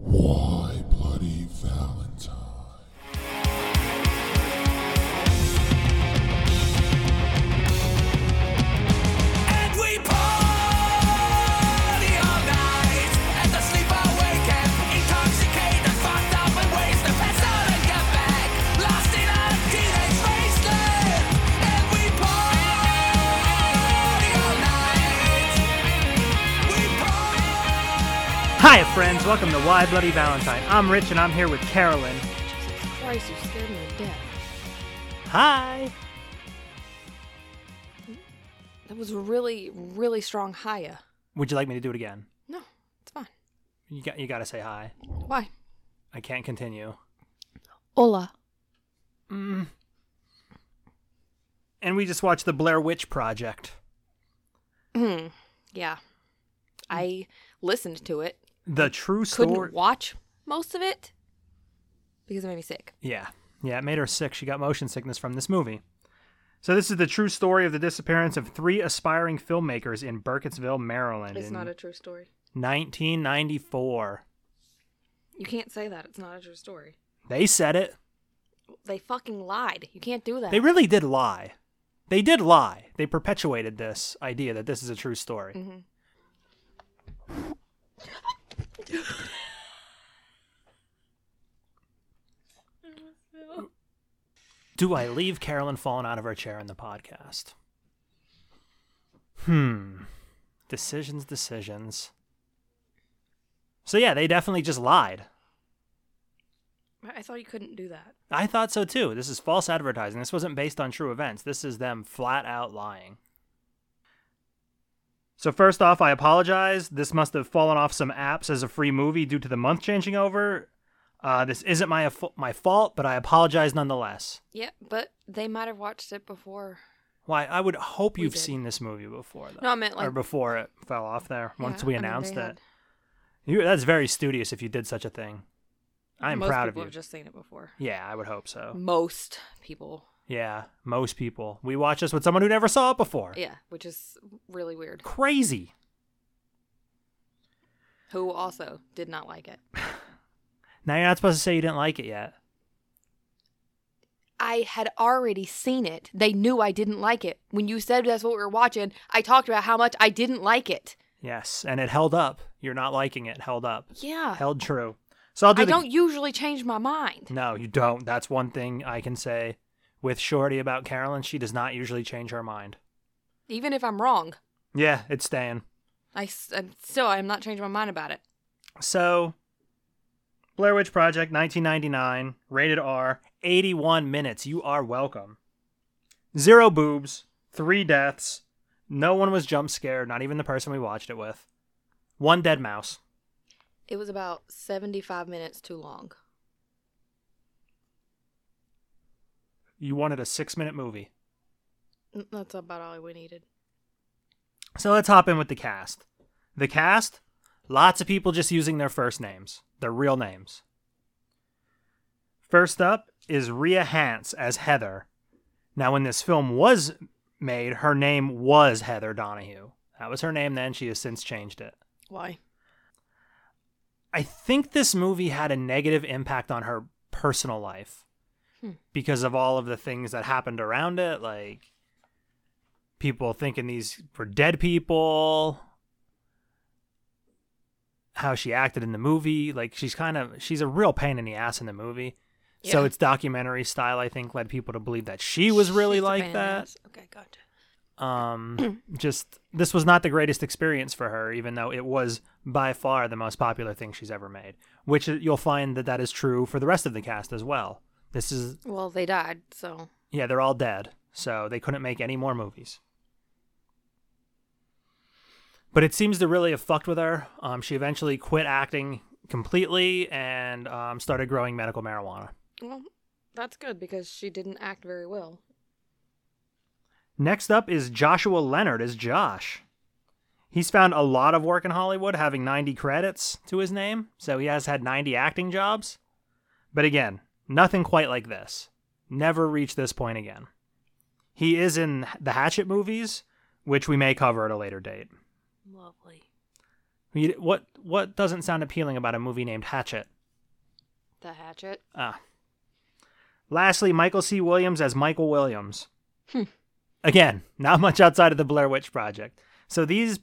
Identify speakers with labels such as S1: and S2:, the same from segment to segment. S1: Why Bloody Valentine?
S2: And we party all night, and the sleeper wake up, intoxicated, fucked up, and ways to pass out and get back, lost in a teenage wasteland. And we party all night. We party.
S3: Hi, friends. Welcome to Why Bloody Valentine. I'm Rich, and I'm here with Carolyn.
S4: Jesus Christ, you scared me to death.
S3: Hi.
S4: That was really, really strong hiya.
S3: Would you like me to do it again?
S4: No, it's fine.
S3: You got. You got to say hi.
S4: Why?
S3: I can't continue.
S4: Hola.
S3: And we just watched the Blair Witch Project.
S4: Yeah. I listened to it.
S3: The true
S4: Couldn't
S3: story.
S4: watch most of it because it made me sick.
S3: Yeah. Yeah, it made her sick. She got motion sickness from this movie. So this is the true story of the disappearance of three aspiring filmmakers in Burkittsville, Maryland in
S4: true story.
S3: 1994.
S4: You can't say that. It's not a true story.
S3: They said it.
S4: They fucking lied. You can't do that.
S3: They really did lie. They did lie. They perpetuated this idea that this is a true story. Do I leave Carolyn falling out of her chair in the podcast? Hmm. Decisions, decisions. So, yeah, they definitely just lied.
S4: I thought you couldn't do that.
S3: I thought so too. This is false advertising. This wasn't based on true events. This is them flat out lying. So, first off, I apologize. This must have fallen off some apps as a free movie due to the month changing over. Uh, this isn't my, affa- my fault, but I apologize nonetheless.
S4: Yeah, but they might have watched it before.
S3: Why? I would hope
S4: We
S3: you've
S4: did.
S3: seen this movie before, though.
S4: No, I meant, like-
S3: or before it fell off there. Once
S4: Yeah,
S3: we
S4: I mean, they
S3: announced
S4: had-
S3: it, you, that's very studious if you did such a thing. I am
S4: most
S3: proud of
S4: people
S3: you.
S4: have just seen it before.
S3: Yeah, I would hope so.
S4: Most people.
S3: Yeah, most people. We watch this with someone who never saw it before.
S4: Yeah, which is really weird.
S3: Crazy.
S4: Who also did not like it.
S3: Now you're not supposed to say you didn't like it yet.
S4: I had already seen it. They knew I didn't like it. When you said that's what we were watching, I talked about how much I didn't like it.
S3: Yes, and it held up. You're not liking it. Held up.
S4: Yeah.
S3: Held true. So I'll do
S4: Ah. I
S3: the-
S4: don't usually change my mind.
S3: No, you don't. That's one thing I can say with Shorty about Carolyn. She does not usually change her mind.
S4: Even if I'm wrong,
S3: Yeah, it's staying.
S4: I, am still I'm not changing my mind about it.
S3: So, Blair Witch Project 1999, rated R, 81 minutes. You are welcome. Zero boobs, three deaths. No one was jump scared, not even the person we watched it with. One dead mouse.
S4: It was about 75 minutes too long.
S3: You wanted a six minute movie.
S4: N- That's about all we needed.
S3: So let's hop in with the cast. The cast, lots of people just using their first names, their real names. First up is Rhea Hance as Heather. Now, when this film was made, her name was Heather Donahue. That was her name then. She has since changed it.
S4: Why?
S3: I think this movie had a negative impact on her personal life because of all of the things that happened around it, like people thinking these were dead people, how she acted in the movie. Like she's kind of she's a real pain in the ass in the movie. So
S4: Yeah.
S3: its documentary style, I think, led people to believe that she was really like that
S4: Okay, gotcha.
S3: um just this was not the greatest experience for her even though it was by far the most popular thing she's ever made which uh, you'll find that that is true for the rest of the cast as well this is
S4: Well, they died, so
S3: yeah they're all dead so they couldn't make any more movies but it seems to really have fucked with her um she eventually quit acting completely and um, started growing medical marijuana
S4: well, that's good because she didn't act very well.
S3: Next up is Joshua Leonard as Josh. He's found a lot of work in Hollywood, having 90 credits to his name, so he has had 90 acting jobs. But again, nothing quite like this. Never reach this point again. He is in the Hatchet movies, which we may cover at a later date.
S4: Lovely.
S3: You- What what doesn't sound appealing about a movie named Hatchet?
S4: The hatchet.
S3: Ah. Lastly, Michael C. Williams as Michael Williams. Again, not much outside of the Blair Witch Project. So these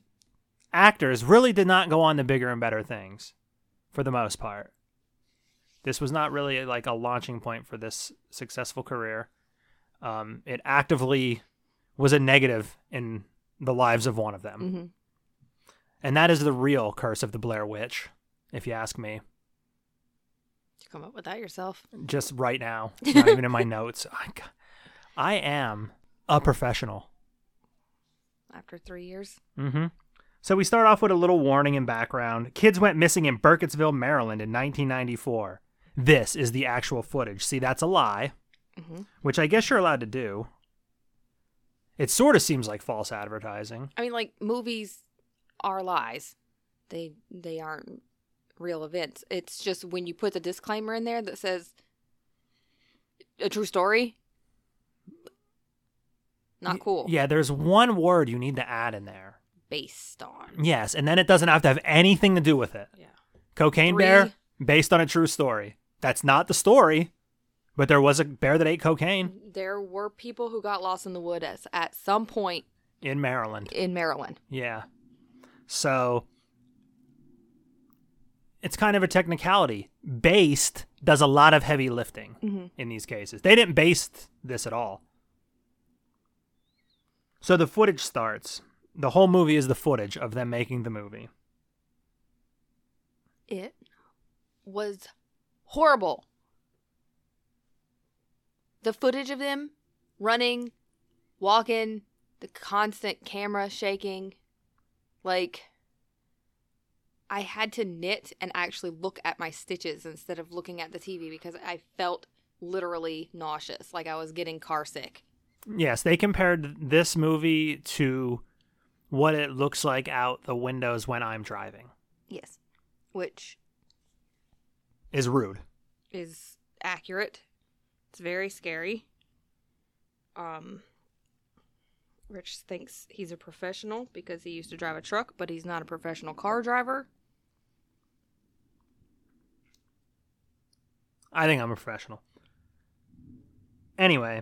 S3: actors really did not go on to bigger and better things for the most part. This was not really like a launching point for this successful career. Um, it actively was a negative in the lives of one of them.
S4: Mhm.
S3: And that is the real curse of the Blair Witch, if you ask me
S4: You come up with that yourself.
S3: just right now, not even in my notes. I, g- I am a professional.
S4: After three years.
S3: Mm-hmm. So we start off with a little warning and background. Kids went missing in Burkittsville, Maryland in 1994. This is the actual footage. See, that's a lie,
S4: Mhm.
S3: which I guess you're allowed to do. It sort of seems like false advertising.
S4: I mean, like movies are lies. They they aren't real events. It's just when you put the disclaimer in there that says a true story. Not cool.
S3: Yeah, there's one word you need to add in there.
S4: Based on.
S3: Yes, and then it doesn't have to have anything to do with it.
S4: Yeah.
S3: Cocaine
S4: Three.
S3: bear based on a true story. That's not the story, but there was a bear that ate cocaine
S4: There were people who got lost in the wood at, at some point
S3: in Maryland.
S4: in Maryland.
S3: Yeah. So it's kind of a technicality. Based does a lot of heavy lifting
S4: Mm-hmm.
S3: in these cases. They didn't base this at all. So the footage starts. The whole movie is the footage of them making the movie.
S4: It was horrible. The footage of them running, walking, the constant camera shaking. Like, I had to knit and actually look at my stitches instead of looking at the TV because I felt literally nauseous, like I was getting car sick.
S3: Yes, they compared this movie to what it looks like out the windows when I'm driving.
S4: Yes. Which
S3: Is rude.
S4: is accurate. It's very scary. Um Rich thinks he's a professional because he used to drive a truck, but he's not a professional car driver.
S3: I think I'm a professional. Anyway,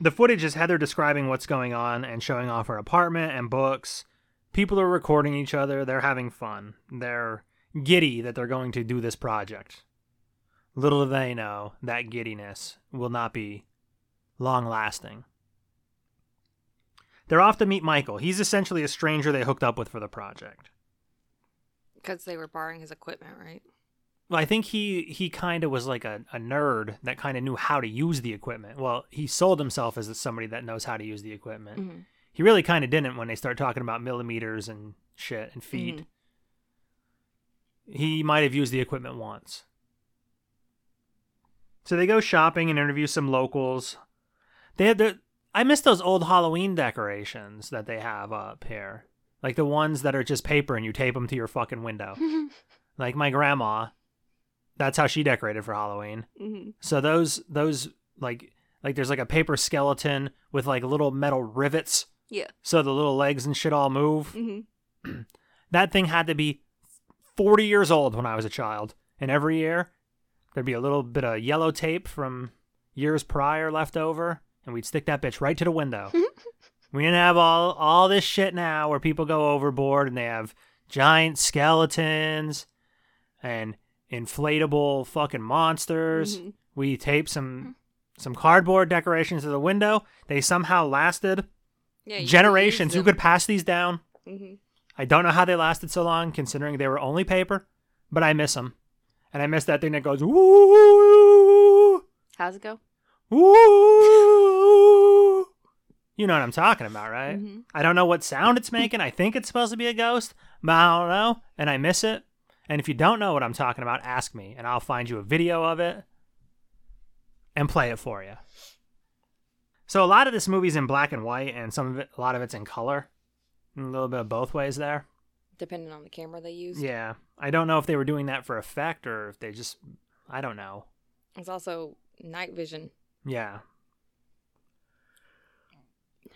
S3: the footage is Heather describing what's going on and showing off her apartment and books. People are recording each other. They're having fun. They're giddy that they're going to do this project. Little do they know that giddiness will not be long lasting. They're off to meet Michael. He's essentially a stranger they hooked up with for the project.
S4: Because they were borrowing his equipment, right?
S3: Well, I think he he kind of was like a, a nerd that kind of knew how to use the equipment. Well, he sold himself as somebody that knows how to use the equipment.
S4: Mhm.
S3: He really kind of didn't when they start talking about millimeters and shit and feet.
S4: Mhm.
S3: He might have used the equipment once. So they go shopping and interview some locals. They had the I miss those old Halloween decorations that they have up here. Like the ones that are just paper and you tape them to your fucking window. like my grandma, that's how she decorated for Halloween.
S4: Mm-hmm.
S3: So those those like like there's like a paper skeleton with like little metal rivets
S4: Yeah.
S3: so the little legs and shit all move.
S4: Mm-hmm.
S3: That thing had to be 40 years old when I was a child. And every year there'd be a little bit of yellow tape from years prior left over and we'd stick that bitch right to the window. we didn't have all all this shit now where people go overboard and they have giant skeletons and inflatable fucking monsters.
S4: Mhm.
S3: We taped some some cardboard decorations to the window. They somehow lasted
S4: Yeah.
S3: generations. You could pass these down.
S4: hmm
S3: I don't know how they lasted so long, considering they were only paper, but I miss them, and I miss that thing that goes woo
S4: How's it go?
S3: woo. You know what I'm talking about, right?
S4: Mhm.
S3: I don't know what sound it's making. I think it's supposed to be a ghost, but I don't know, and I miss it. And if you don't know what I'm talking about, ask me, and I'll find you a video of it and play it for you. So a lot of this movie's in black and white, and some of it, a lot of it's in color, a little bit of both ways there.
S4: depending on the camera they use.
S3: Yeah. I don't know if they were doing that for effect or if they just I don't know.
S4: It's also night vision.
S3: Yeah.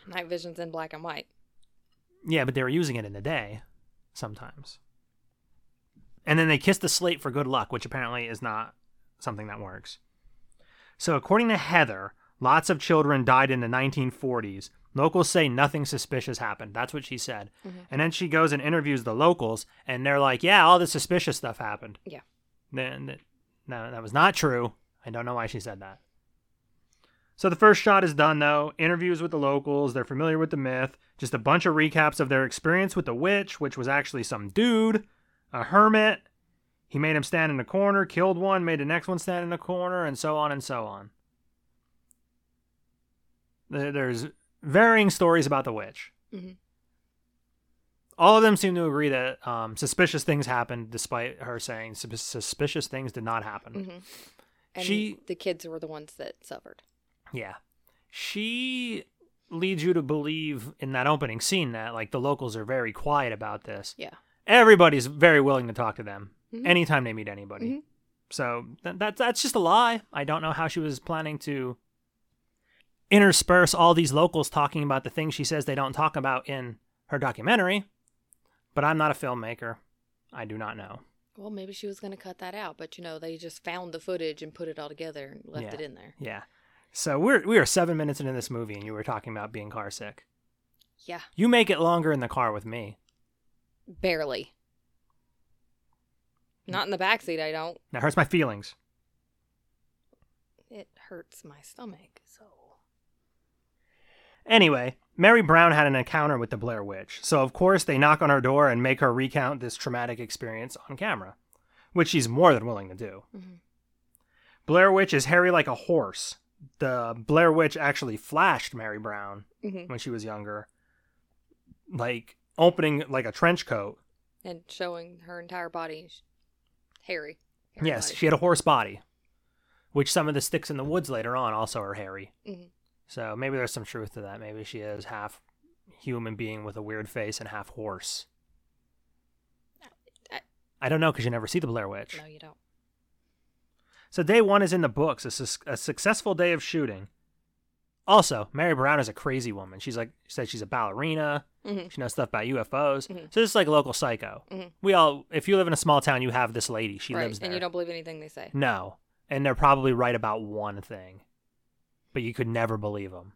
S4: Night vision's in black and white.
S3: Yeah, but they were using it in the day sometimes. And then they kiss the slate for good luck, which apparently is not something that works. So, according to Heather, lots of children died in the 1940s. Locals say nothing suspicious happened. That's what she said. And then she goes and interviews the locals, and they're like, yeah, all this suspicious stuff happened.
S4: Yeah.
S3: Then, th- no, that was not true. I don't know why she said that. So the first shot is done, though. Interviews with the locals, they're familiar with the myth. Just a bunch of recaps of their experience with the witch, which was actually some dude, a hermit. He made him stand in a corner, killed one, made the next one stand in a corner, and so on and so on. There- There's varying stories about the witch.
S4: Mhm.
S3: All of them seem to agree that um, suspicious things happened, despite her saying sus- suspicious things did not happen.
S4: Mhm. And
S3: She-
S4: the kids were the ones that suffered.
S3: Yeah. She leads you to believe in that opening scene that like the locals are very quiet about this.
S4: Yeah.
S3: Everybody's very willing to talk to them
S4: Mhm.
S3: anytime they meet anybody.
S4: Mhm.
S3: So th- that that's just a lie. I don't know how she was planning to intersperse all these locals talking about the things she says they don't talk about in her documentary. But I'm not a filmmaker. I do not know.
S4: Well, maybe she was going to cut that out, but you know, they just found the footage and put it all together and left
S3: Yeah.
S4: it in there.
S3: Yeah. So we're we are 7 minutes into this movie and you were talking about being car sick.
S4: Yeah,
S3: You make it longer in the car with me.
S4: barely.
S3: Mm.
S4: Not in the backseat, I don't.
S3: That hurts my feelings.
S4: It hurts my stomach, so.
S3: Anyway, Mary Brown had an encounter with the Blair Witch, so of course they knock on her door and make her recount this traumatic experience on camera, which she's more than willing to do.
S4: Mhm.
S3: Blair Witch is hairy like a horse. The Blair Witch actually flashed Mary Brown
S4: Mhm.
S3: when she was younger, like opening like a trench coat.
S4: And showing her entire body. sh- Hairy. hairy
S3: Yes,
S4: body.
S3: she had a horse body, which some of the sticks in the woods later on also are hairy.
S4: Mhm.
S3: So maybe there's some truth to that. Maybe she is half human being with a weird face and half horse.
S4: I-
S3: I don't know because you never see the Blair Witch.
S4: No, you don't.
S3: So day one is in the books. A, sus- a successful day of shooting. Also, Mary Brown is a crazy woman. She's like she said she's a ballerina.
S4: Mhm.
S3: She knows stuff about UFOs.
S4: Mhm.
S3: So this is like a local psycho.
S4: Mhm.
S3: We all, if you live in a small town, you have this lady. She
S4: right,
S3: lives there. Mm.
S4: and you don't believe anything they say.
S3: No, and they're probably right about one thing, but you could never believe them.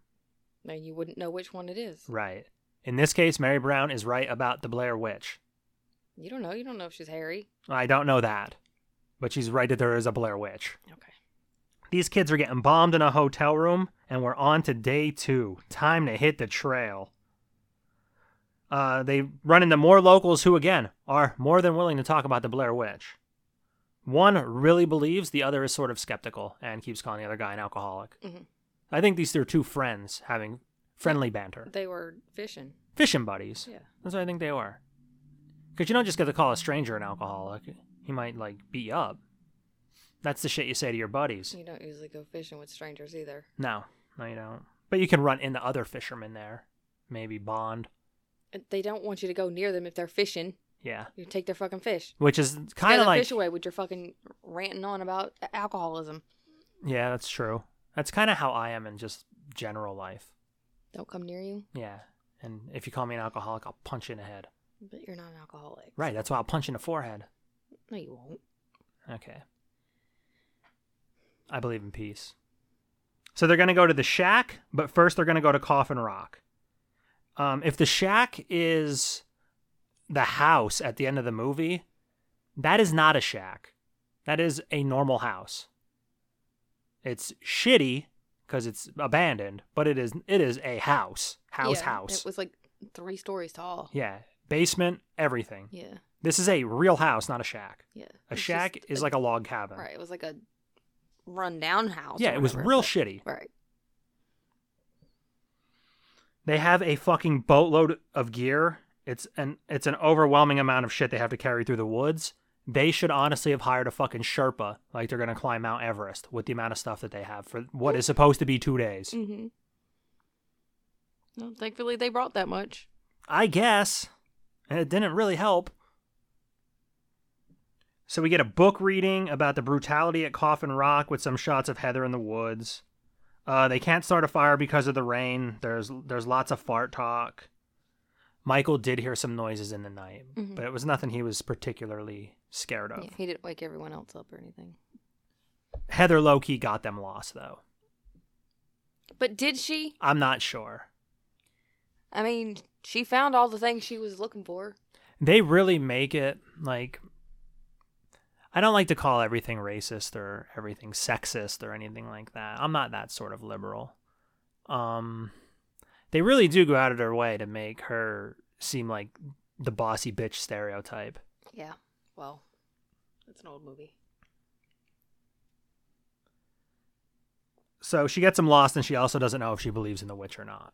S4: No, you wouldn't know which one it is.
S3: Right. In this case, Mary Brown is right about the Blair Witch.
S4: You don't know. You don't know if she's hairy.
S3: I don't know that, but she's right that there is a Blair Witch.
S4: Okay.
S3: These kids are getting bombed in a hotel room, and we're on to day two. Time to hit the trail. Uh, they run into more locals who, again, are more than willing to talk about the Blair Witch. One really believes, the other is sort of skeptical and keeps calling the other guy an alcoholic.
S4: Mhm.
S3: I think these are two friends having friendly banter,
S4: They were fishing.
S3: fishing buddies.
S4: Yeah.
S3: That's what I think they were. Because you don't just get to call a stranger an alcoholic. He might, like, beat you up. That's the shit you say to your buddies.
S4: You don't usually go fishing with strangers either.
S3: No, no, you don't. But you can run into other fishermen there. Maybe Bond.
S4: And They don't want you to go near them if they're fishing.
S3: Yeah.
S4: You take their fucking fish.
S3: Which is
S4: Scare
S3: kind of
S4: their
S3: like.
S4: fish away with your fucking ranting on about alcoholism.
S3: Yeah, that's true. That's kind of how I am in just general life.
S4: Don't come near you,
S3: Yeah. And if you call me an alcoholic, I'll punch you in the head.
S4: but you're not an alcoholic.
S3: Right, that's why I'll punch you in the forehead.
S4: No, you won't.
S3: Okay. I believe in peace. So they're going to go to the shack, but first they're going to go to Coffin Rock. Um, if the shack is the house at the end of the movie, that is not a shack. That is a normal house. It's shitty because it's abandoned, but it is it is a house, house,
S4: Yeah,
S3: house.
S4: It was like three stories tall.
S3: yeah, basement, everything.
S4: Yeah.
S3: This is a real house, not a shack.
S4: Yeah.
S3: A shack is like a log cabin.
S4: Right. It was like a rundown house.
S3: Yeah,
S4: or
S3: it was
S4: whatever,
S3: real
S4: but-
S3: shitty.
S4: Right.
S3: They have a fucking boatload of gear. It's an it's an overwhelming amount of shit they have to carry through the woods. They should honestly have hired a fucking Sherpa, like they're gonna climb Mount Everest with the amount of stuff that they have for what is supposed to be two days.
S4: Mm-hmm. Well, thankfully, they brought that much.
S3: I guess. And it didn't really help. So we get a book reading about the brutality at Coffin Rock with some shots of Heather in the woods. Uh, they can't start a fire because of the rain. There's there's lots of fart talk. Michael did hear some noises in the night, but it was nothing he was particularly scared of.
S4: Yeah, he didn't wake everyone else up or anything.
S3: Heather low key got them lost though.
S4: But did she?
S3: I'm not sure.
S4: I mean, she found all the things she was looking for.
S3: They really make it like I don't like to call everything racist or everything sexist or anything like that. I'm not that sort of liberal. Um they really do go out of their way to make her seem like the bossy bitch stereotype.
S4: Yeah. Well, it's an old movie.
S3: So she gets him lost, and she also doesn't know if she believes in the witch or not.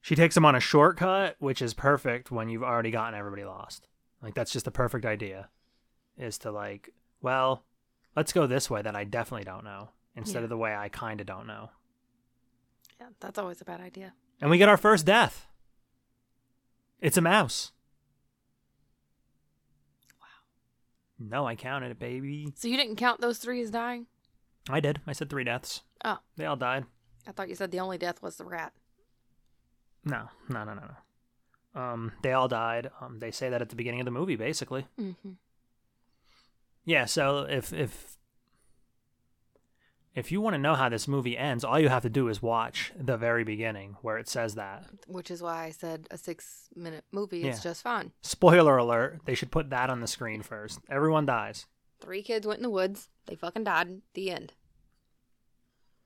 S3: She takes him on a shortcut, which is perfect when you've already gotten everybody lost. Like that's just the perfect idea, is to like, well, let's go this way that I definitely don't know instead
S4: Yeah.
S3: of the way I kind of don't know.
S4: Yeah, that's always a bad idea.
S3: And we get our first death. It's a mouse. Wow. No, I counted it, baby.
S4: So you didn't count those three as dying?
S3: I did. I said three deaths.
S4: Oh,
S3: They all died.
S4: I thought you said the only death was the rat.
S3: No, no, no, no, no. Um, they all died. Um, they say that at the beginning of the movie, basically.
S4: Mm-hmm.
S3: Yeah. So if if if you want to know how this movie ends, all you have to do is watch the very beginning where it says that.
S4: Which is why I said a six minute movie
S3: Yeah.
S4: is just fine.
S3: Spoiler alert! They should put that on the screen first. Everyone dies.
S4: Three kids went in the woods. They fucking died. The end.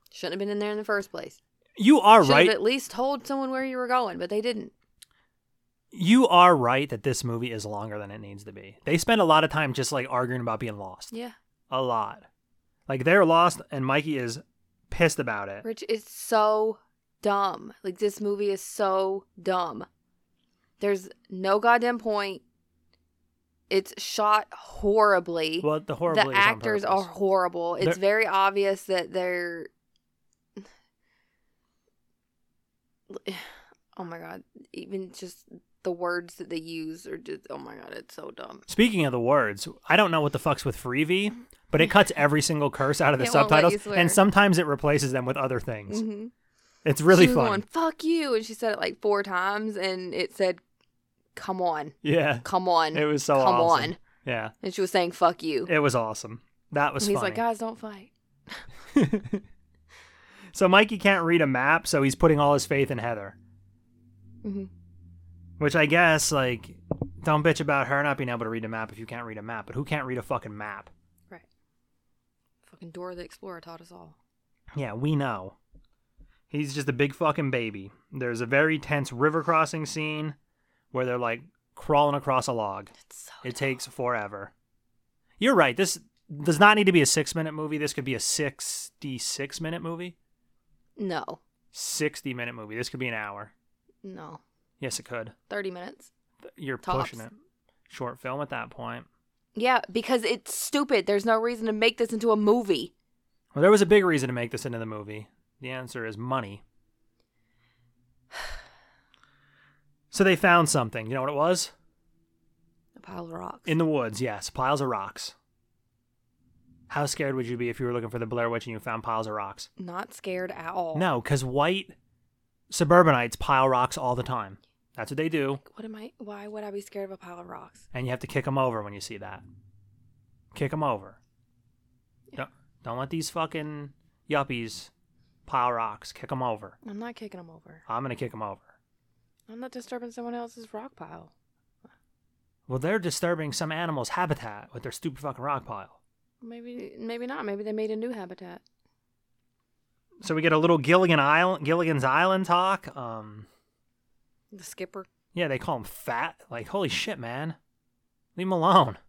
S4: Shouldn't have been in there in the first place.
S3: You are
S4: Should
S3: right.
S4: have at least told someone where you were going, but they didn't.
S3: You are right that this movie is longer than it needs to be. They spend a lot of time just like arguing about being lost.
S4: Yeah.
S3: A lot. Like they're lost, and Mikey is pissed about it.
S4: Rich, it's so dumb. Like this movie is so dumb. There's no goddamn point. It's shot horribly.
S3: Well, the horrible
S4: the actors are horrible. It's
S3: They're-
S4: very obvious that they're. Oh my god! Even just the words that they use are just. Oh my god! It's so dumb.
S3: Speaking of the words, I don't know what the fuck's with freebie, but it cuts every single curse out of the
S4: It won't let you
S3: subtitles,
S4: swear.
S3: and sometimes it replaces them with other things.
S4: hmm
S3: It's really
S4: she was
S3: fun.
S4: Going, Fuck you! And she said it like four times, and it said, "Come on,
S3: Yeah,
S4: come on."
S3: it was so
S4: Come
S3: awesome.
S4: on,
S3: Yeah,
S4: and she was saying "fuck you."
S3: it was awesome. That was
S4: And he's
S3: funny.
S4: like, "Oh." "Guys, don't fight."
S3: so Mikey can't read a map, so he's putting all his faith in Heather,
S4: hmm
S3: which I guess like don't bitch about her not being able to read a map if you can't read a map. But who can't read a fucking map?
S4: Right. Fucking Dora the Explorer taught us all.
S3: Yeah, we know. He's just a big fucking baby. There's a very tense river crossing scene where they're like crawling across a log.
S4: It's so.
S3: It takes forever. You're right. This does not need to be a six minute movie. This could be a 66 minute movie,
S4: No,
S3: 60 minute movie. This could be an hour.
S4: no,
S3: Yes, it could.
S4: thirty minutes.
S3: You're
S4: Tops.
S3: pushing it. Short film at that point.
S4: Yeah, because it's stupid. There's no reason to make this into a movie.
S3: Well, there was a big reason to make this into the movie. The answer is money. So they found something. You know what it was?
S4: A pile of rocks.
S3: In the woods, yes. Piles of rocks. How scared would you be if you were looking for the Blair Witch and you found piles of rocks?
S4: Not scared at all.
S3: No, because white suburbanites pile rocks all the time. That's what they do.
S4: What am I? Why would I be scared of a pile of rocks?
S3: And you have to kick them over when you see that. Kick them over. Don't, don't let these fucking yuppies pile rocks. Kick them over.
S4: I'm not kicking them over.
S3: I'm going to kick them over.
S4: I'm not disturbing someone else's rock pile.
S3: Well, they're disturbing some animal's habitat with their stupid fucking rock pile.
S4: Maybe, maybe not. Maybe they made a new habitat.
S3: So we get a little Gilligan Island, Gilligan's Island talk. Um,
S4: The skipper.
S3: Yeah, they call him fat. Like, holy shit, man. Leave him alone.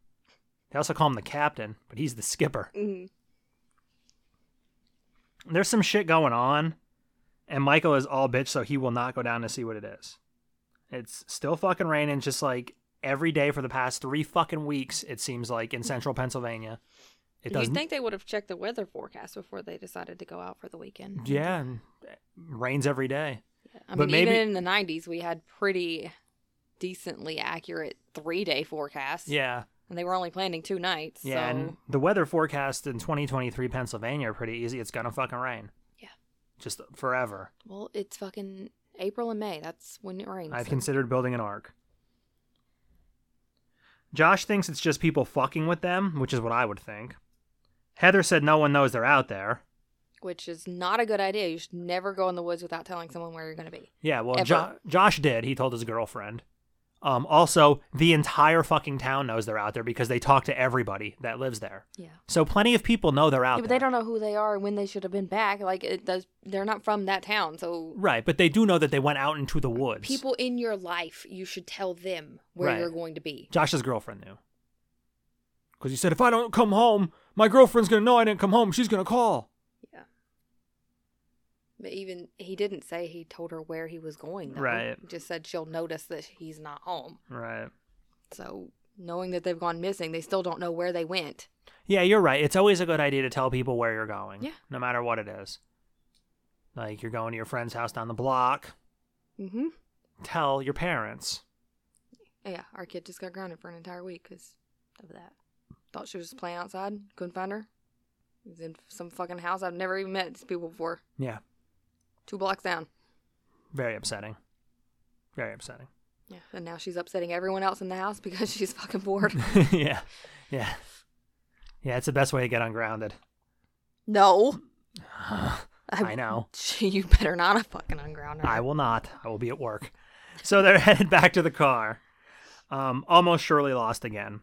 S3: They also call him the captain, but he's the skipper.
S4: Mm.
S3: There's some shit going on, and Michael is all bitch, so he will not go down to see what it is. It's still fucking raining, just like every day for the past three fucking weeks, it seems like, in central Pennsylvania. It
S4: You'd
S3: doesn't.
S4: think they would have checked the weather forecast before they decided to go out for the weekend.
S3: yeah, and it rains every day.
S4: I
S3: But
S4: mean,
S3: maybe-
S4: even in the '90s, we had pretty decently accurate three day forecast.
S3: Yeah.
S4: And they were only planning two nights.
S3: Yeah.
S4: So.
S3: And the weather forecast in 2023 Pennsylvania are pretty easy. It's going to fucking rain.
S4: Yeah.
S3: Just forever.
S4: Well, it's fucking April and May. That's when it rains.
S3: I've considered building an ark. Josh thinks it's just people fucking with them, which is what I would think. Heather said no one knows they're out there.
S4: which is not a good idea. You should never go in the woods without telling someone where you're going to be.
S3: Yeah, well,
S4: Ever.
S3: jo- Josh did. He told his girlfriend. Um, also, the entire fucking town knows they're out there because they talk to everybody that lives there.
S4: Yeah.
S3: So plenty of people know they're out
S4: but
S3: there.
S4: they don't know who they are and when they should have been back. Like it does, they're not from that town. So
S3: Right, but they do know that they went out into the woods.
S4: people in your life, you should tell them where
S3: Right.
S4: you're going to be.
S3: Josh's girlfriend knew. Because he said, if I don't come home, my girlfriend's going to know I didn't come home. She's going to call.
S4: Yeah. But even he didn't say he told her where he was going. Though.
S3: Right.
S4: He just said she'll notice that he's not home.
S3: Right.
S4: So knowing that they've gone missing, they still don't know where they went.
S3: Yeah, you're right. It's always a good idea to tell people where you're going.
S4: Yeah.
S3: No matter what it is. Like you're going to your friend's house down the block.
S4: Mm-hmm.
S3: Tell your parents.
S4: Oh, Yeah, our kid just got grounded for an entire week because of that. Thought she was just playing outside, couldn't find her. She was in some fucking house I've never even met these people before.
S3: Yeah.
S4: Two blocks down.
S3: Very upsetting. Very upsetting.
S4: Yeah, and now she's upsetting everyone else in the house because she's fucking bored.
S3: yeah. Yeah. Yeah, it's the best way to get ungrounded.
S4: no,
S3: I know.
S4: She, you better not have fucking unground her.
S3: I will not. I will be at work. So they're headed back to the car. Um, almost surely lost again.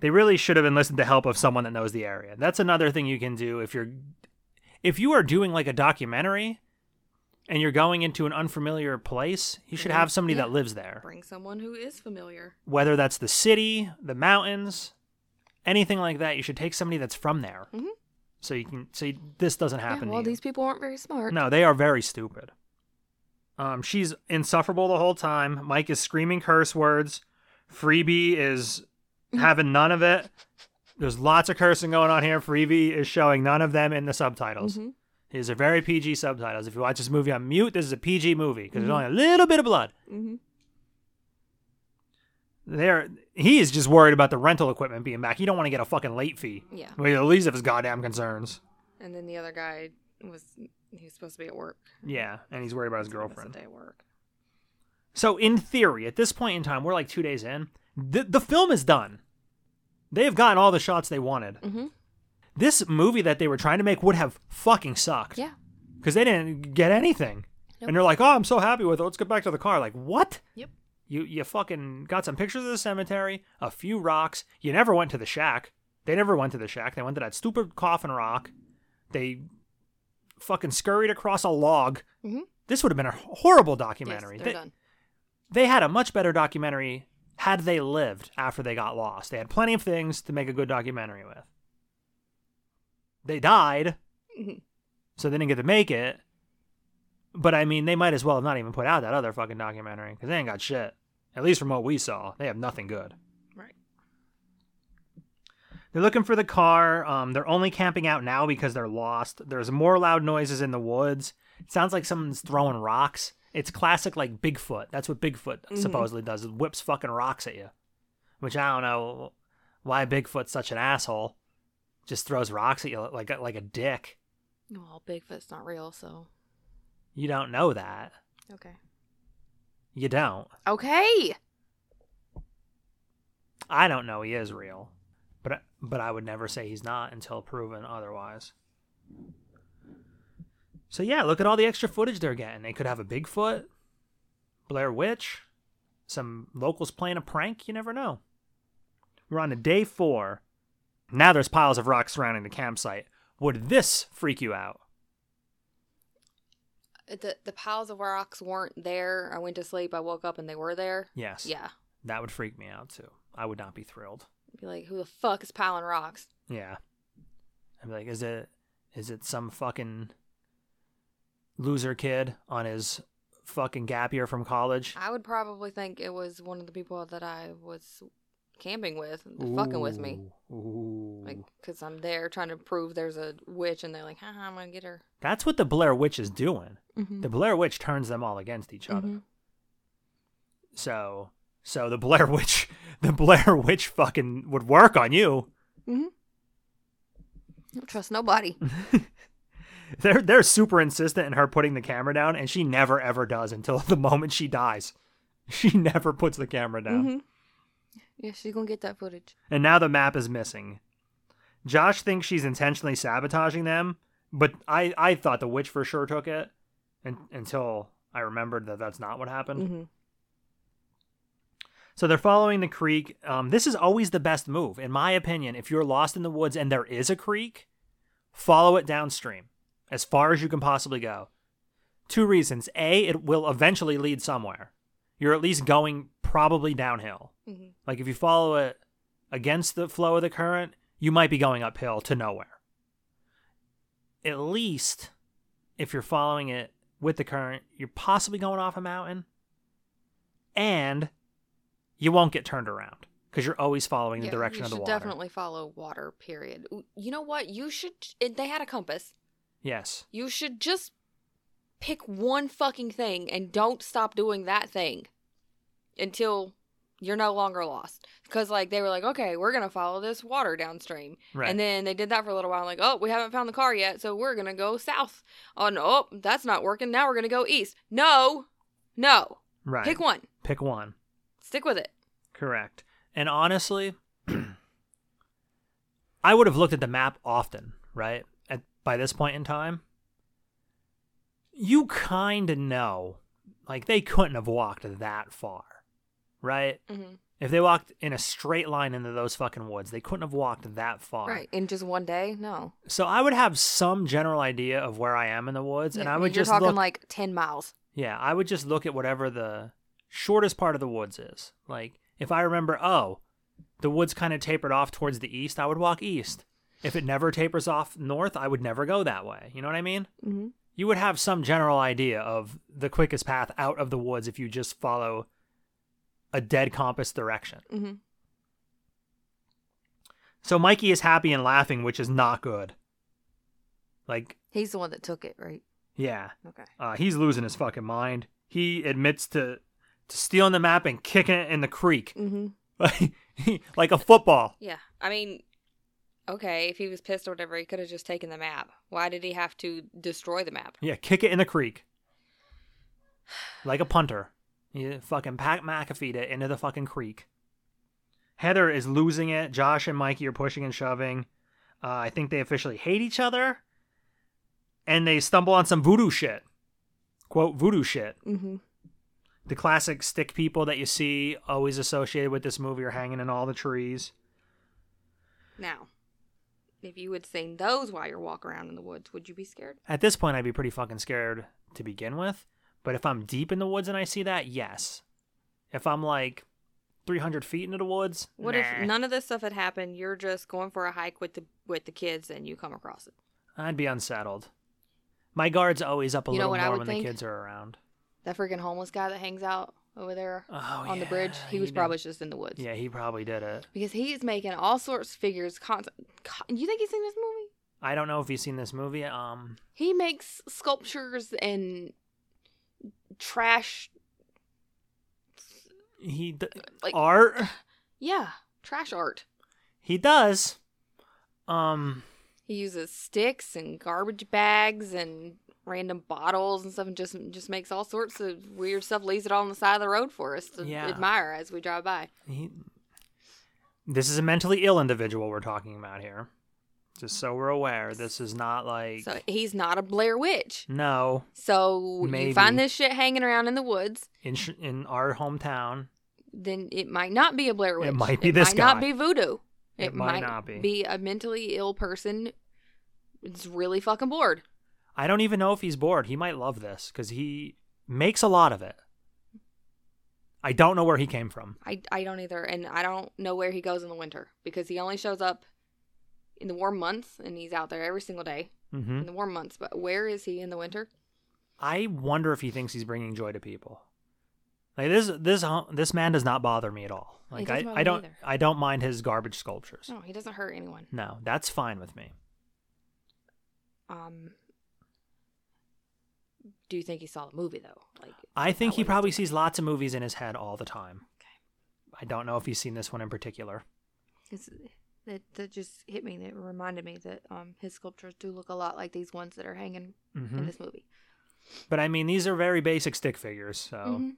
S3: They really should have enlisted the help of someone that knows the area. That's another thing you can do if you're if you are doing like a documentary and you're going into an unfamiliar place, you should have somebody that lives there.
S4: Bring someone who is familiar.
S3: Whether that's the city, the mountains, anything like that, you should take somebody that's from there.
S4: Mhm.
S3: So you can so you- this doesn't
S4: Yeah,
S3: happen.
S4: well,
S3: to you.
S4: these people aren't very smart.
S3: No, they are very stupid. Um, she's insufferable the whole time. Mike is screaming curse words. Freebie is having none of it. There's lots of cursing going on here. Freebie is showing none of them in the subtitles.
S4: Mhm.
S3: These are very PG subtitles. If you watch this movie on mute, this is a PG movie because there's only a little bit of blood.
S4: Mhm.
S3: There, he is just worried about the rental equipment being back. He don't want to get a fucking late fee.
S4: Yeah.
S3: Well, the least of his goddamn concerns.
S4: And then the other guy was he was supposed to be at work.
S3: Yeah, and he's worried about his
S4: He missed a
S3: girlfriend.
S4: day at work.
S3: So in theory, at this point in time, we're like two days in. The the film is done. They have gotten all the shots they wanted.
S4: Mhm.
S3: This movie that they were trying to make would have fucking sucked.
S4: Yeah.
S3: Because they didn't get anything.
S4: Nope.
S3: And they're like, oh, I'm so happy with it. Let's get back to the car. Like, what?
S4: Yep.
S3: You you fucking got some pictures of the cemetery, a few rocks. You never went to the shack. They never went to the shack. They went to that stupid coffin rock. They fucking scurried across a log.
S4: Mhm.
S3: This would have been a horrible
S4: Yes,
S3: documentary.
S4: they're
S3: They-
S4: done.
S3: they had a much better documentary had they lived after they got lost. They had plenty of things to make a good documentary with. They died,
S4: Mhm.
S3: so they didn't get to make it. But I mean, they might as well have not even put out that other fucking documentary because they ain't got shit. At least from what we saw, they have nothing good.
S4: Right.
S3: They're looking for the car. Um, they're only camping out now because they're lost. There's more loud noises in the woods. It sounds like someone's throwing rocks. It's classic, like Bigfoot. That's what Bigfoot supposedly does. It whips fucking rocks at you, which I don't know why Bigfoot's such an asshole. Just throws rocks at you like a- like a dick.
S4: Well, Bigfoot's not real, so
S3: You don't know that.
S4: okay.
S3: You don't.
S4: Okay.
S3: I don't know he is real, but but I would never say he's not until proven otherwise. So yeah, look at all the extra footage they're getting. They could have a Bigfoot, Blair Witch, some locals playing a prank. You never know. We're on to day four. Now there's piles of rocks surrounding the campsite. Would this freak you out?
S4: The the piles of rocks weren't there. I went to sleep. I woke up and they were there.
S3: Yes.
S4: Yeah.
S3: That would freak me out too. I would not be thrilled.
S4: Be like, who the fuck is piling rocks?
S3: Yeah. I'm like, is it is it some fucking loser kid on his fucking gap year from college?
S4: I would probably think it was one of the people that I was camping with, fucking with me,
S3: Ooh. Ooh.
S4: like because I'm there trying to prove there's a witch, and they're like, haha, I'm gonna get her.
S3: That's what the Blair Witch is doing.
S4: Mm-hmm.
S3: The Blair Witch turns them all against each other.
S4: Mhm.
S3: So So the Blair Witch, the Blair Witch fucking would work on you.
S4: Don't trust nobody.
S3: They're they're super insistent in her putting the camera down, and she never ever does until the moment she dies. She never puts the camera down.
S4: Mm-hmm. yeah, she's gonna get that footage.
S3: And now the map is missing. Josh thinks she's intentionally sabotaging them, but I, I thought the witch for sure took it and, until I remembered that that's not what happened.
S4: Mm-hmm.
S3: So they're following the creek. Um, this is always the best move, in my opinion. If you're lost in the woods and there is a creek, follow it downstream as far as you can possibly go. Two reasons. A, it will eventually lead somewhere. You're at least going probably downhill.
S4: Mm-hmm.
S3: Like if you follow it against the flow of the current, you might be going uphill to nowhere. At least if you're following it with the current, you're possibly going off a mountain and you won't get turned around because you're always following the
S4: Yeah,
S3: direction
S4: you
S3: of the
S4: should
S3: water.
S4: definitely follow water. Period. Ooh, You know what? You should. It, they had a compass.
S3: Yes.
S4: You should just pick one fucking thing and don't stop doing that thing until you're no longer lost. Because like they were like, okay, we're gonna follow this water downstream,
S3: Right.
S4: and then they did that for a little while. Like, oh, we haven't found the car yet, so we're gonna go south. Oh no, oh, that's not working. Now we're gonna go east. No, no,
S3: Right.
S4: pick one.
S3: Pick one.
S4: Stick with it.
S3: Correct. And honestly, I would have looked at the map often, right? At by this point in time, you kind of know, like they couldn't have walked that far, right?
S4: Mhm.
S3: If they walked in a straight line into those fucking woods, they couldn't have walked that far.
S4: Right. In just one day? No.
S3: So I would have some general idea of where I am in the woods, and
S4: Yeah,
S3: I would
S4: You're
S3: just
S4: talking
S3: look.
S4: like ten miles.
S3: Yeah, I would just look at whatever the shortest part of the woods is. Like, if I remember, oh, the woods kind of tapered off towards the east, I would walk east. If it never tapers off north, I would never go that way. You know what I mean?
S4: Mm-hmm.
S3: You would have some general idea of the quickest path out of the woods if you just follow a dead compass direction.
S4: Mm-hmm.
S3: So Mikey is happy and laughing, which is not good. Like,
S4: He's the one that took it, right?
S3: yeah,
S4: Okay.
S3: Uh, he's losing his fucking mind. He admits to to stealing the map and kicking it in the creek
S4: Mm-hmm.
S3: like a football.
S4: Yeah. I mean, okay, if he was pissed or whatever, he could have just taken the map. Why did he have to destroy the map?
S3: Yeah, kick it in the creek like a punter. You fucking Pat McAfee it into the fucking creek. Heather is losing it. Josh and Mikey are pushing and shoving. Uh, I think they officially hate each other, and they stumble on some voodoo shit. Quote voodoo shit.
S4: Mm-hmm.
S3: the classic stick people that you see always associated with this movie are hanging in all the trees.
S4: Now, if you had seen those while you're walking around in the woods, would you be scared?
S3: At this point, I'd be pretty fucking scared to begin with. But if I'm deep in the woods and I see that, yes. If I'm like 300 feet into the woods,
S4: What
S3: nah.
S4: if none of this stuff had happened? You're just going for a hike with the with the kids, and you come across it.
S3: I'd be unsettled. My guard's always up a
S4: You know
S3: little
S4: what I
S3: more
S4: would
S3: when
S4: think?
S3: the kids are around.
S4: That freaking homeless guy that hangs out over there
S3: Oh,
S4: on the
S3: yeah,
S4: bridge, he
S3: he
S4: was
S3: did.
S4: probably just in the woods.
S3: Yeah, he probably did it.
S4: Because he is making all sorts of figures. Con- con- you think he's seen this movie?
S3: I don't know if you've seen this movie. Um,
S4: He makes sculptures and trash.
S3: he d-
S4: Like-
S3: art.
S4: Yeah, trash art.
S3: He does. Um,
S4: He uses sticks and garbage bags and random bottles and stuff, and just just makes all sorts of weird stuff. Leaves it all on the side of the road for us to
S3: Yeah.
S4: admire as we drive by.
S3: He, this is a mentally ill individual we're talking about here. Just so we're aware, this is not like
S4: So he's not a Blair Witch.
S3: no
S4: So
S3: Maybe.
S4: you find this shit hanging around in the woods,
S3: in sh- in our hometown.
S4: then it might not be a Blair Witch.
S3: might be this
S4: might
S3: guy.
S4: not be voodoo.
S3: It might not be.
S4: be a mentally ill person. It's really fucking bored.
S3: I don't even know if he's bored. He might love this because he makes a lot of it. I don't know where he came from.
S4: I, I don't either, and I don't know where he goes in the winter because he only shows up in the warm months, and he's out there every single day
S3: hmm
S4: in the warm months. But where is he in the winter?
S3: I wonder if he thinks he's bringing joy to people. Like this, this, hom- this man does not bother me at all.
S4: He
S3: Like I,
S4: doesn't bother
S3: I
S4: me
S3: don't,
S4: either. Oh.
S3: I don't mind his garbage sculptures.
S4: No, he doesn't hurt anyone.
S3: no that's fine with me.
S4: Um, do you think he saw the movie though? Like,
S3: I think
S4: that
S3: he
S4: way-
S3: probably sees lots of movies in his head all the time. I don't know if you've seen this one in particular.
S4: It's, that that just hit me. That reminded me that um his sculptures do look a lot like these ones that are hanging
S3: Mhm.
S4: in this movie.
S3: But I mean, these are very basic stick figures, so
S4: Mhm.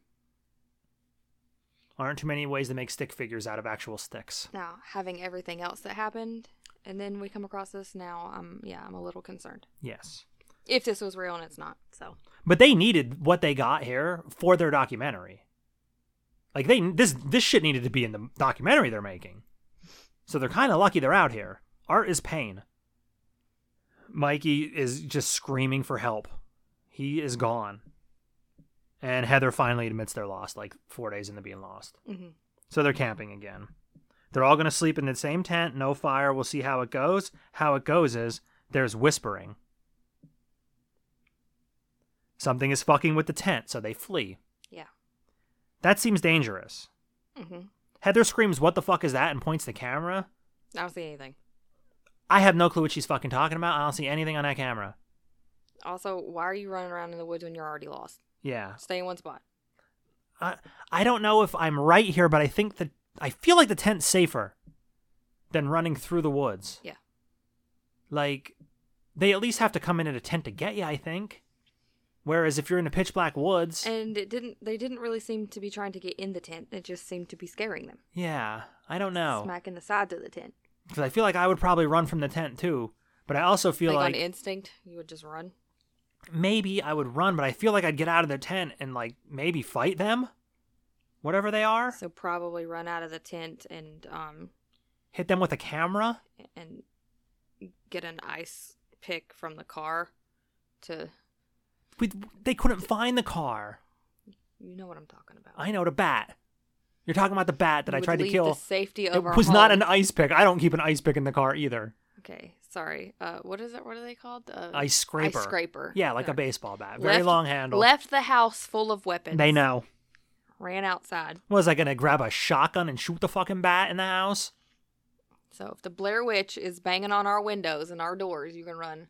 S3: aren't too many ways to make stick figures out of actual sticks.
S4: Now, having everything else that happened, and then we come across this now, I'm yeah, I'm a little concerned.
S3: Yes.
S4: If this was real and it's not, so
S3: But they needed what they got here for their documentary. Like they this this shit needed to be in the documentary they're making. So they're kind of lucky they're out here. Art is pain. Mikey is just screaming for help. He is gone. And Heather finally admits they're lost like 4 days into being lost.
S4: mhm.
S3: So they're camping again. They're all going to sleep in the same tent, no fire. We'll see how it goes. How it goes is there's whispering. Something is fucking with the tent, so they flee.
S4: yeah,
S3: That seems dangerous. Mm-hmm.
S4: hmm
S3: Heather screams, What the fuck is that? and points the camera.
S4: I don't see anything.
S3: I have no clue what she's fucking talking about. I don't see anything on that camera.
S4: Also, why are you running around in the woods when you're already lost?
S3: Yeah.
S4: Stay in one spot.
S3: I, I don't know if I'm right here, but I think that I feel like the tent's safer than running through the woods.
S4: Yeah.
S3: Like, they at least have to come in at a tent to get you, I think. Whereas if you're in the pitch black woods,
S4: And it didn't. They didn't really seem to be trying to get in the tent. It just seemed to be scaring them,
S3: yeah, I don't know.
S4: smacking the sides of the tent.
S3: Because I feel like I would probably run from the tent too. But I also feel
S4: like
S3: like,
S4: on instinct, you would just run.
S3: maybe I would run, but I feel like I'd get out of the tent and, like, maybe fight them, whatever they are.
S4: So probably run out of the tent and um
S3: Hit them with a camera.
S4: and get an ice pick from the car to
S3: We, they couldn't find the car.
S4: you know what I'm talking about.
S3: I know the bat. You're talking about the bat that
S4: You
S3: I
S4: would
S3: tried to
S4: leave
S3: kill.
S4: The safety of
S3: It
S4: our
S3: was not
S4: home.
S3: an ice pick. I don't keep an ice pick in the car either.
S4: Okay, sorry. Uh, what is it? What are they called? Uh,
S3: Ice scraper.
S4: Ice scraper.
S3: Yeah, like a
S4: Sorry.
S3: baseball bat. Very
S4: Left-
S3: long handle.
S4: Left the house full of weapons.
S3: They know.
S4: Ran outside.
S3: Was I gonna grab a shotgun and shoot the fucking bat in the house?
S4: So if the Blair Witch is banging on our windows and our doors, you can run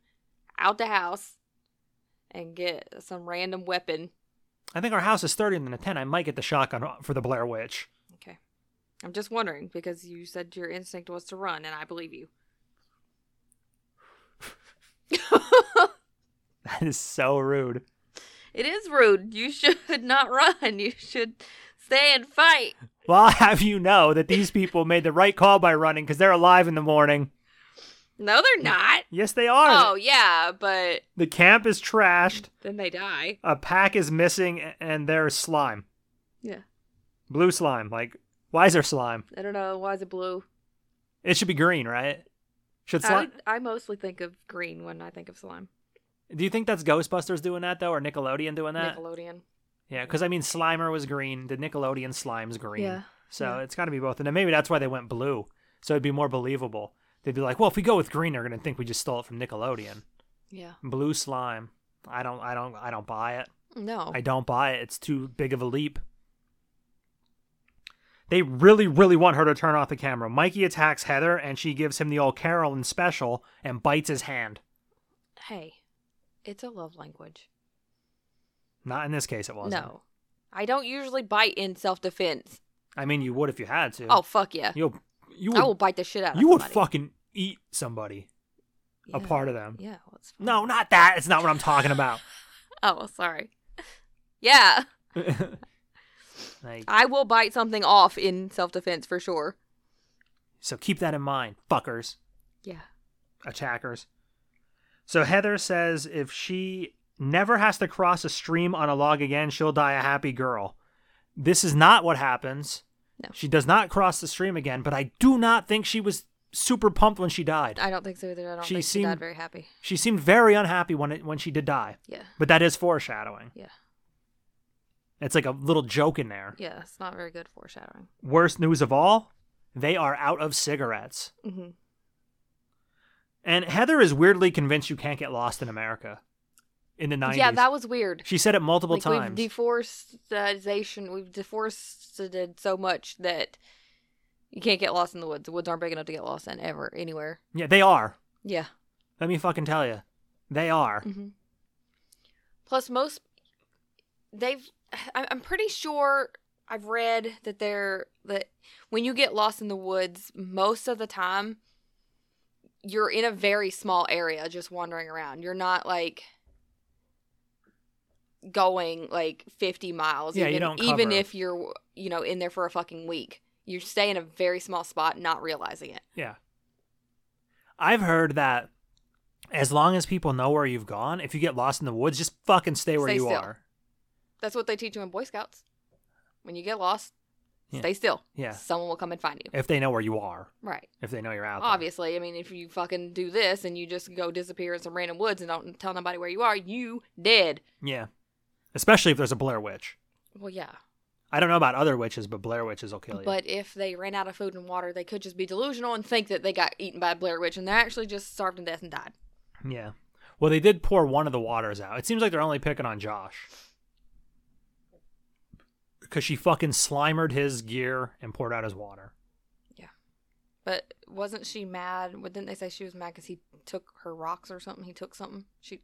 S4: out the house and get some random weapon.
S3: I think our house is thirtier than a ten. I might get the shotgun for the Blair Witch.
S4: Okay. I'm just wondering because you said your instinct was to run, and I believe you.
S3: That is so rude.
S4: It is rude. You should not run. You should stay and fight.
S3: Well, I'll have you know that these people made the right call by running because they're alive in the morning.
S4: No, they're not.
S3: Yes, they are.
S4: Oh, yeah, but
S3: The camp is trashed.
S4: then they die.
S3: A pack is missing, a- and there's slime.
S4: Yeah.
S3: Blue slime. Like, why is there slime?
S4: I don't know. Why is it blue?
S3: It should be green, right? Should
S4: I,
S3: slime?
S4: I mostly think of green when I think of slime.
S3: Do you think that's Ghostbusters doing that though, or Nickelodeon doing that?
S4: Nickelodeon.
S3: yeah, because I mean, Slimer was green. The Nickelodeon slime's green.
S4: Yeah,
S3: So
S4: yeah.
S3: it's got to be both, and then maybe that's why they went blue. So it'd be more believable. They'd be like, well, if we go with green, they're gonna think we just stole it from Nickelodeon.
S4: Yeah.
S3: Blue slime. I don't. I don't. I don't buy it.
S4: No.
S3: I don't buy it. It's too big of a leap. They really, really want her to turn off the camera. Mikey attacks Heather and she gives him the old Carolyn special and bites his hand.
S4: hey, it's a love language.
S3: Not in this case, it wasn't.
S4: No. I don't usually bite in self defense.
S3: I mean, you would if you had to.
S4: Oh, fuck yeah.
S3: You'll, you would,
S4: I will bite the shit out of
S3: you would
S4: somebody.
S3: fucking eat somebody. a
S4: Yeah.
S3: part of them.
S4: Yeah. Well, it's fine.
S3: No, not that. It's not what I'm talking about.
S4: Oh, well, sorry. Yeah.
S3: like,
S4: I will bite something off in self defense for sure.
S3: so keep that in mind, fuckers.
S4: Yeah.
S3: attackers. So Heather says if she never has to cross a stream on a log again, she'll die a happy girl. This is not what happens.
S4: No.
S3: She does not cross the stream again, but I do not think she was super pumped when she died.
S4: I don't think so either. I don't
S3: She
S4: think she
S3: seemed-
S4: died very happy.
S3: She seemed very unhappy when it, when she did die.
S4: Yeah.
S3: But that is foreshadowing.
S4: Yeah.
S3: It's like a little joke in there.
S4: Yeah. It's not very good foreshadowing.
S3: Worst news of all, they are out of cigarettes.
S4: hmm
S3: And Heather is weirdly convinced you can't get lost in America in the 90s.
S4: Yeah, that was weird.
S3: She said it multiple
S4: like
S3: times.
S4: we've deforestation, we've deforested so much that you can't get lost in the woods. The woods aren't big enough to get lost in ever anywhere.
S3: yeah, they are.
S4: Yeah.
S3: Let me fucking tell you. They are.
S4: hmm Plus, most they've. I- I'm pretty sure I've read that there that when you get lost in the woods, most of the time you're in a very small area just wandering around. You're not like going like 50 miles
S3: Yeah,
S4: even,
S3: you don't
S4: even
S3: cover.
S4: if you're you know in there for a fucking week. You stay in a very small spot not realizing it.
S3: Yeah. I've heard that as long as people know where you've gone, if you get lost in the woods, just fucking stay where
S4: Stay
S3: you
S4: still.
S3: are.
S4: That's what they teach you in Boy Scouts. When you get lost,
S3: Yeah.
S4: stay still.
S3: Yeah.
S4: Someone will come and find you.
S3: If they know where you are,
S4: Right.
S3: if they know you're out. there.
S4: Obviously, I mean, if you fucking do this and you just go disappear in some random woods and don't tell nobody where you are, you dead.
S3: Yeah. Especially if there's a Blair Witch.
S4: Well, yeah.
S3: I don't know about other witches, but Blair Witches will kill you.
S4: But if they ran out of food and water, they could just be delusional and think that they got eaten by a Blair Witch and they're actually just starved to death and died.
S3: yeah. Well, they did pour one of the waters out. It seems like they're only picking on Josh. Because she fucking slimered his gear and poured out his water.
S4: But wasn't she mad? Well, Didn't they say she was mad because he took her rocks or something? He took something. She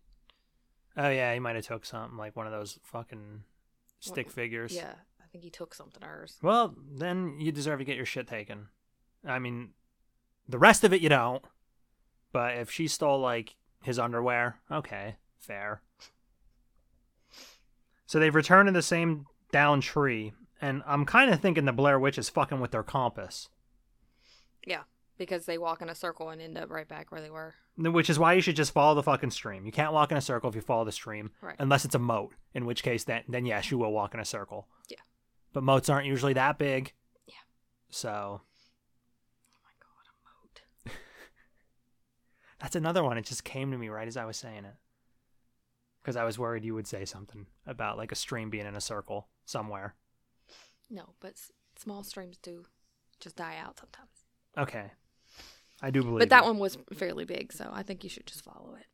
S3: Oh, yeah. He might have took something like one of those fucking stick
S4: What-
S3: figures.
S4: yeah, I think he took something of hers.
S3: Well, then you deserve to get your shit taken. I mean, the rest of it you don't. But if she stole like his underwear, okay, fair. So they've returned to the same down tree, and I'm kind of thinking the Blair Witch is fucking with their compass,
S4: Yeah, because they walk in a circle and end up right back where they were.
S3: which is why you should just follow the fucking stream. You can't walk in a circle if you follow the stream,
S4: Right.
S3: unless it's a moat, in which case then then yes, you will walk in a circle.
S4: Yeah.
S3: But moats aren't usually that big.
S4: Yeah.
S3: So
S4: Oh my god, a moat.
S3: That's another one. It just came to me right as I was saying it. Because I was worried you would say something about like a stream being in a circle somewhere.
S4: No, but s- small streams do just die out sometimes.
S3: Okay. I do believe
S4: But that
S3: you.
S4: one was fairly big, so I think you should just follow it.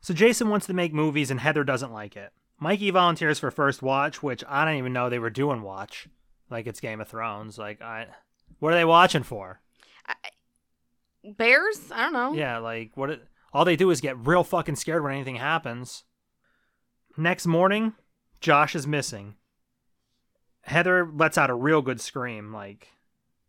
S3: So Jason wants to make movies and Heather doesn't like it. Mikey volunteers for First Watch, which I don't even know they were doing Watch. Like it's Game of Thrones. Like I What are they watching for?
S4: Bears? I don't know.
S3: Yeah, like what? It, all they do is get real fucking scared when anything happens. Next morning, Josh is missing. Heather lets out a real good scream, like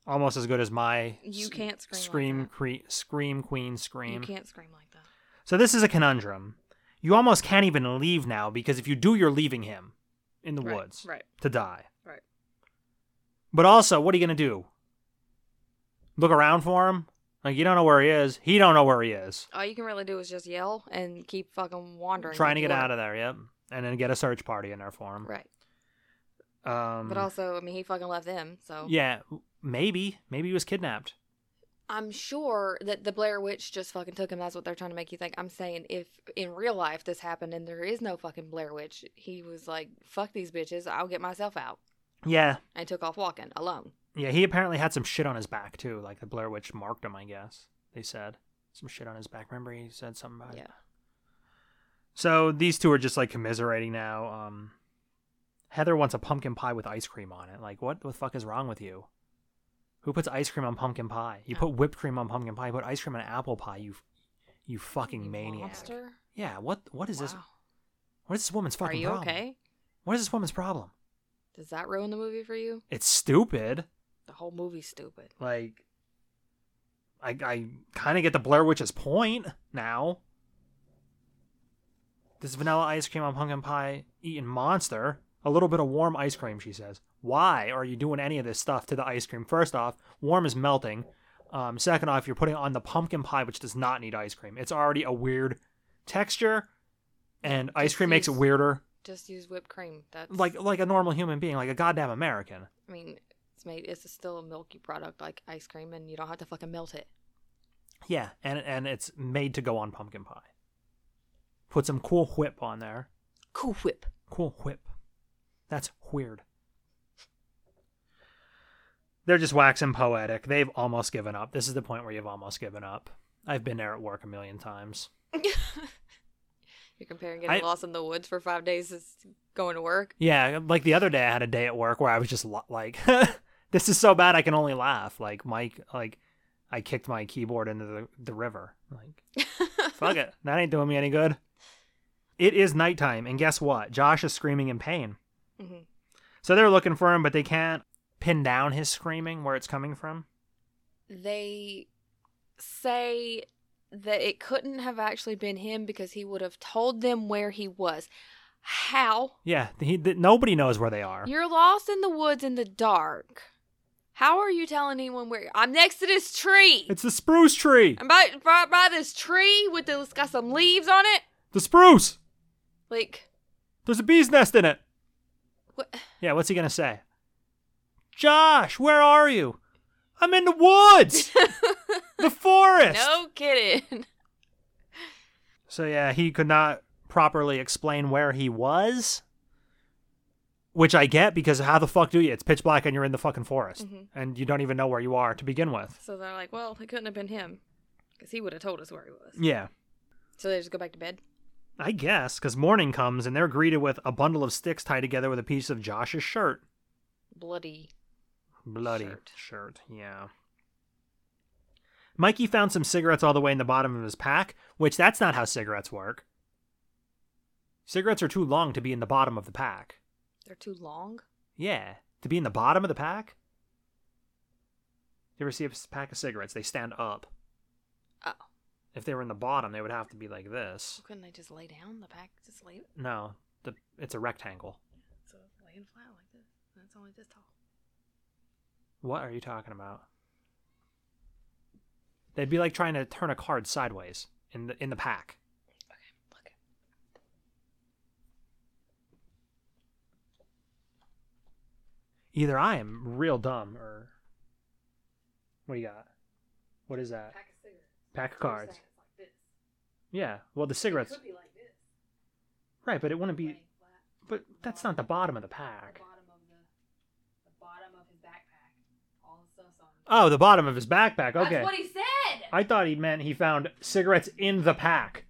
S3: almost as good as my
S4: You
S3: s-
S4: can't scream like
S3: scream
S4: that.
S3: cre- scream queen
S4: You
S3: scream.
S4: can't scream like that.
S3: So this is a conundrum. You almost can't even leave now because if you do, you're leaving him in the
S4: Right,
S3: woods
S4: right.
S3: to die.
S4: Right.
S3: But also, what are you gonna do? Look around for him? Like you don't know where he is. He don't know where he is.
S4: All you can really do is just yell and keep fucking wandering.
S3: trying to get out of there. Yep, and then get a search party in there for him.
S4: Right.
S3: Um,
S4: But also, I mean, he fucking left them, so.
S3: yeah, maybe maybe he was kidnapped.
S4: I'm sure that the Blair Witch just fucking took him. That's what they're trying to make you think. I'm saying if in real life this happened and there is no fucking Blair Witch, he was like, fuck these bitches, I'll get myself out.
S3: Yeah,
S4: And took off walking alone.
S3: yeah. He apparently had some shit on his back too. Like the Blair Witch marked him. I guess they said some shit on his back. Remember he said something about it?
S4: Yeah.
S3: So these two are just like commiserating now. Um, Heather wants a pumpkin pie with ice cream on it. Like, what the fuck is wrong with you? Who puts ice cream on pumpkin pie? You put whipped cream on pumpkin pie. You put ice cream on apple pie. You, you fucking
S4: You
S3: maniac.
S4: monster.
S3: Yeah. What? What is this?
S4: Wow.
S3: What is this woman's
S4: Are
S3: fucking
S4: you
S3: problem?
S4: okay?
S3: What is this woman's problem?
S4: Does that ruin the movie for you?
S3: It's stupid.
S4: The whole movie's stupid.
S3: Like, I I kind of get the Blair Witch's point now. This vanilla ice cream on pumpkin pie eating monster. A little bit of warm ice cream, she says. Why are you doing any of this stuff to the ice cream? First off, warm is melting. Um, second off, you're putting on the pumpkin pie, which does not need ice cream. It's already a weird texture, and ice cream makes it
S4: use-
S3: weirder.
S4: Just use whipped cream. That's
S3: Like like a normal human being, like a goddamn American.
S4: I mean, it's made. It's still a milky product like ice cream, and you don't have to fucking melt it.
S3: Yeah, and and it's made to go on pumpkin pie. Put some cool whip on there.
S4: Cool Whip.
S3: Cool whip. That's weird. They're just waxing poetic. They've almost given up. This is the point where you've almost given up. I've been there at work a million times.
S4: You're comparing getting
S3: I-
S4: lost in the woods for five days is going to work.
S3: Yeah, like the other day I had a day at work where I was just lo- like this is so bad I can only laugh. Like Mike like I kicked my keyboard into the, the river. Like Fuck it. That ain't doing me any good. It is nighttime, and guess what? Josh is screaming in pain.
S4: Mhm.
S3: So they're looking for him, but they can't pin down his screaming where it's coming from.
S4: They say that it couldn't have actually been him because he would have told them where he was. How?
S3: Yeah, he, th- nobody knows where they are.
S4: You're lost in the woods in the dark. How are you telling anyone where I'm next to this tree?
S3: It's the spruce tree.
S4: I'm by, by, by this tree with the, it's got some leaves on it.
S3: The spruce.
S4: Like,
S3: There's a bee's nest in it.
S4: what?
S3: Yeah, what's he gonna say? Josh, where are you? I'm in the woods, the forest.
S4: no kidding.
S3: So yeah, he could not properly explain where he was, which I get because how the fuck do you? It's pitch black and you're in the fucking forest and you don't even know where you are to begin with.
S4: So they're like, well, it couldn't have been him because he would have told us where he was.
S3: Yeah,
S4: So they just go back to bed.
S3: I guess because morning comes and they're greeted with a bundle of sticks tied together with a piece of Josh's shirt.
S4: Bloody.
S3: bloody
S4: Shirt.
S3: shirt. yeah mikey found some cigarettes all the way in the bottom of his pack which that's not how cigarettes work cigarettes are too long to be in the bottom of the pack
S4: They're too long.
S3: yeah to be in the bottom of the pack you ever see a s- pack of cigarettes they stand up
S4: Oh.
S3: if they were in the bottom they would have to be like this
S4: So couldn't they just lay down the pack? Just lay it.
S3: no the, it's a rectangle
S4: So laying flat like this. and It's only this tall.
S3: what are you talking about they'd be like trying to turn a card sideways in the in the pack
S4: Look.
S3: Either I am real dumb or what do you got? What is that?
S4: of cigarettes.
S3: Pack of cards. Yeah. Well, the
S4: Cigarettes.
S3: cigarettes. Right, but it wouldn't be. But that's not the bottom of the pack. Oh, the bottom of his backpack. Okay.
S4: he said.
S3: I thought he meant he found cigarettes in the pack.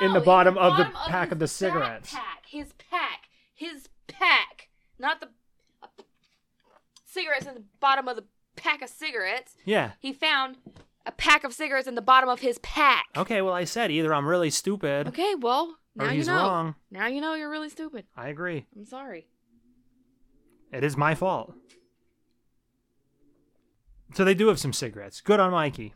S3: in the bottom of the pack of the cigarettes.
S4: Pack, his pack, his pack, not the uh, cigarettes in the bottom of the pack of cigarettes.
S3: Yeah.
S4: He found a pack of cigarettes in the bottom of his pack.
S3: Okay, well, I said either I'm really stupid
S4: Okay, well now
S3: or
S4: you
S3: he's
S4: know.
S3: wrong.
S4: Now you know you're really stupid.
S3: I agree.
S4: I'm sorry.
S3: It is my fault. So they do have some cigarettes. Good on Mikey.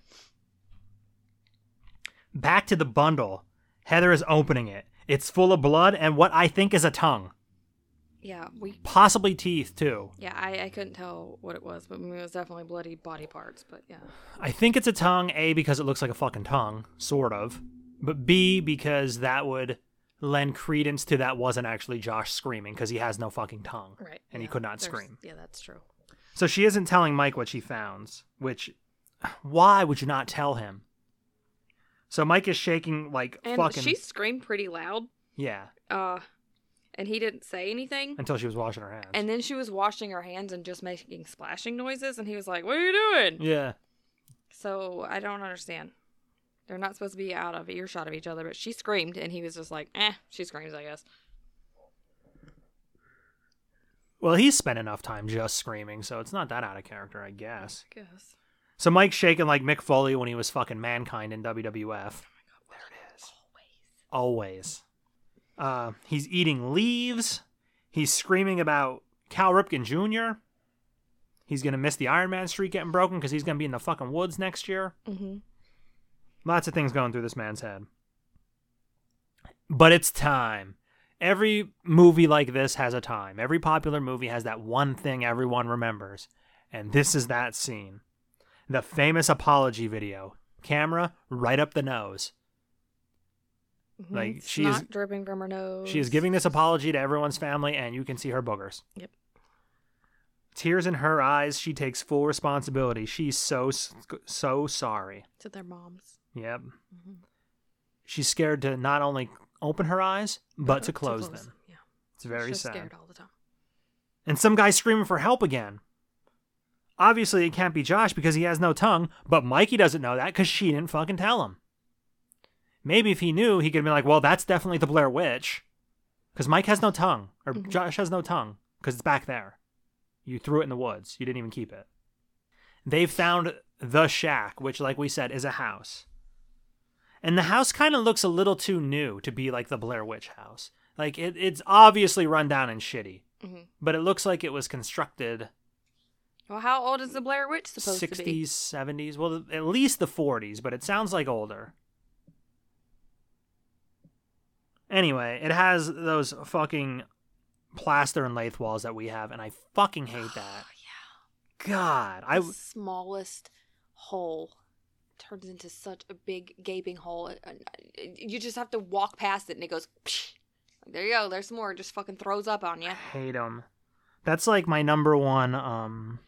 S3: Back to the bundle. Heather is opening it. It's full of blood and what I think is a tongue,
S4: Yeah, we.
S3: possibly teeth too.
S4: Yeah, I, I couldn't tell what it was, but I mean, it was definitely bloody body parts. But yeah,
S3: I think it's a tongue, A, because it looks like a fucking tongue, sort of, but B, because that would lend credence to that wasn't actually Josh screaming because he has no fucking tongue.
S4: right.
S3: And he
S4: yeah,
S3: could not
S4: there's-
S3: scream.
S4: Yeah, that's true.
S3: So she isn't telling Mike what she found, which why would you not tell him? So Mike is shaking like
S4: And
S3: fucking
S4: she screamed pretty loud.
S3: yeah
S4: Uh, and he didn't say anything.
S3: until she was washing her hands.
S4: And then she was washing her hands and just making splashing noises, and he was like, "What are you doing?"
S3: yeah.
S4: So I don't understand. They're not supposed to be out of earshot of each other, but she screamed, and he was just like, "Eh, she screams, I guess."
S3: Well, he spent enough time just screaming, so it's not that out of character, I guess.
S4: I guess.
S3: So Mike's shaking like Mick Foley when he was fucking mankind in WWF.
S4: Oh There it is. Always.
S3: Always. Uh, he's eating leaves. He's screaming about Cal Ripken Jr. He's gonna miss the Iron Man streak getting broken because he's gonna be in the fucking woods next year.
S4: Mm-hmm.
S3: Lots of things going through this man's head. But it's time. Every movie like this has a time. Every popular movie has that one thing everyone remembers. And this is that scene the famous apology video. Camera right up the nose. Like, she is-
S4: not Mm-hmm. dripping from her nose.
S3: She is giving this apology to everyone's family, and you can see her boogers.
S4: Yep.
S3: Tears in her eyes. She takes full responsibility. She's so, so sorry.
S4: to their moms.
S3: Yep. She's scared to not only open her eyes, but to close, them.
S4: Yeah.
S3: It's very
S4: She's
S3: sad.
S4: scared all the time.
S3: And some guy's screaming for help again. Obviously, it can't be Josh because he has no tongue, but Mikey doesn't know that because she didn't fucking tell him. Maybe if he knew, he could be like, well, that's definitely the Blair Witch. Because Mike has no tongue, or Josh has no tongue, because it's back there. You threw it in the woods, you didn't even keep it. They've found the shack, which, like we said, is a house. And the house kind of looks a little too new to be like the Blair Witch house. Like, it, it's obviously run down and shitty.
S4: Mhm.
S3: but it looks like it was constructed
S4: Well, how old is the Blair Witch supposed to be?
S3: 60s, 70s, well, at least the 40s, but it sounds like older. Anyway, it has those fucking plaster and lathe walls that we have, and I fucking hate that.
S4: Oh,
S3: God, I
S4: the smallest hole turns into such a big gaping hole. and- and- and You just have to walk past it, and it goes. Psh, there you go. There's some more. It just fucking throws up on you.
S3: hate them. That's like my number one um,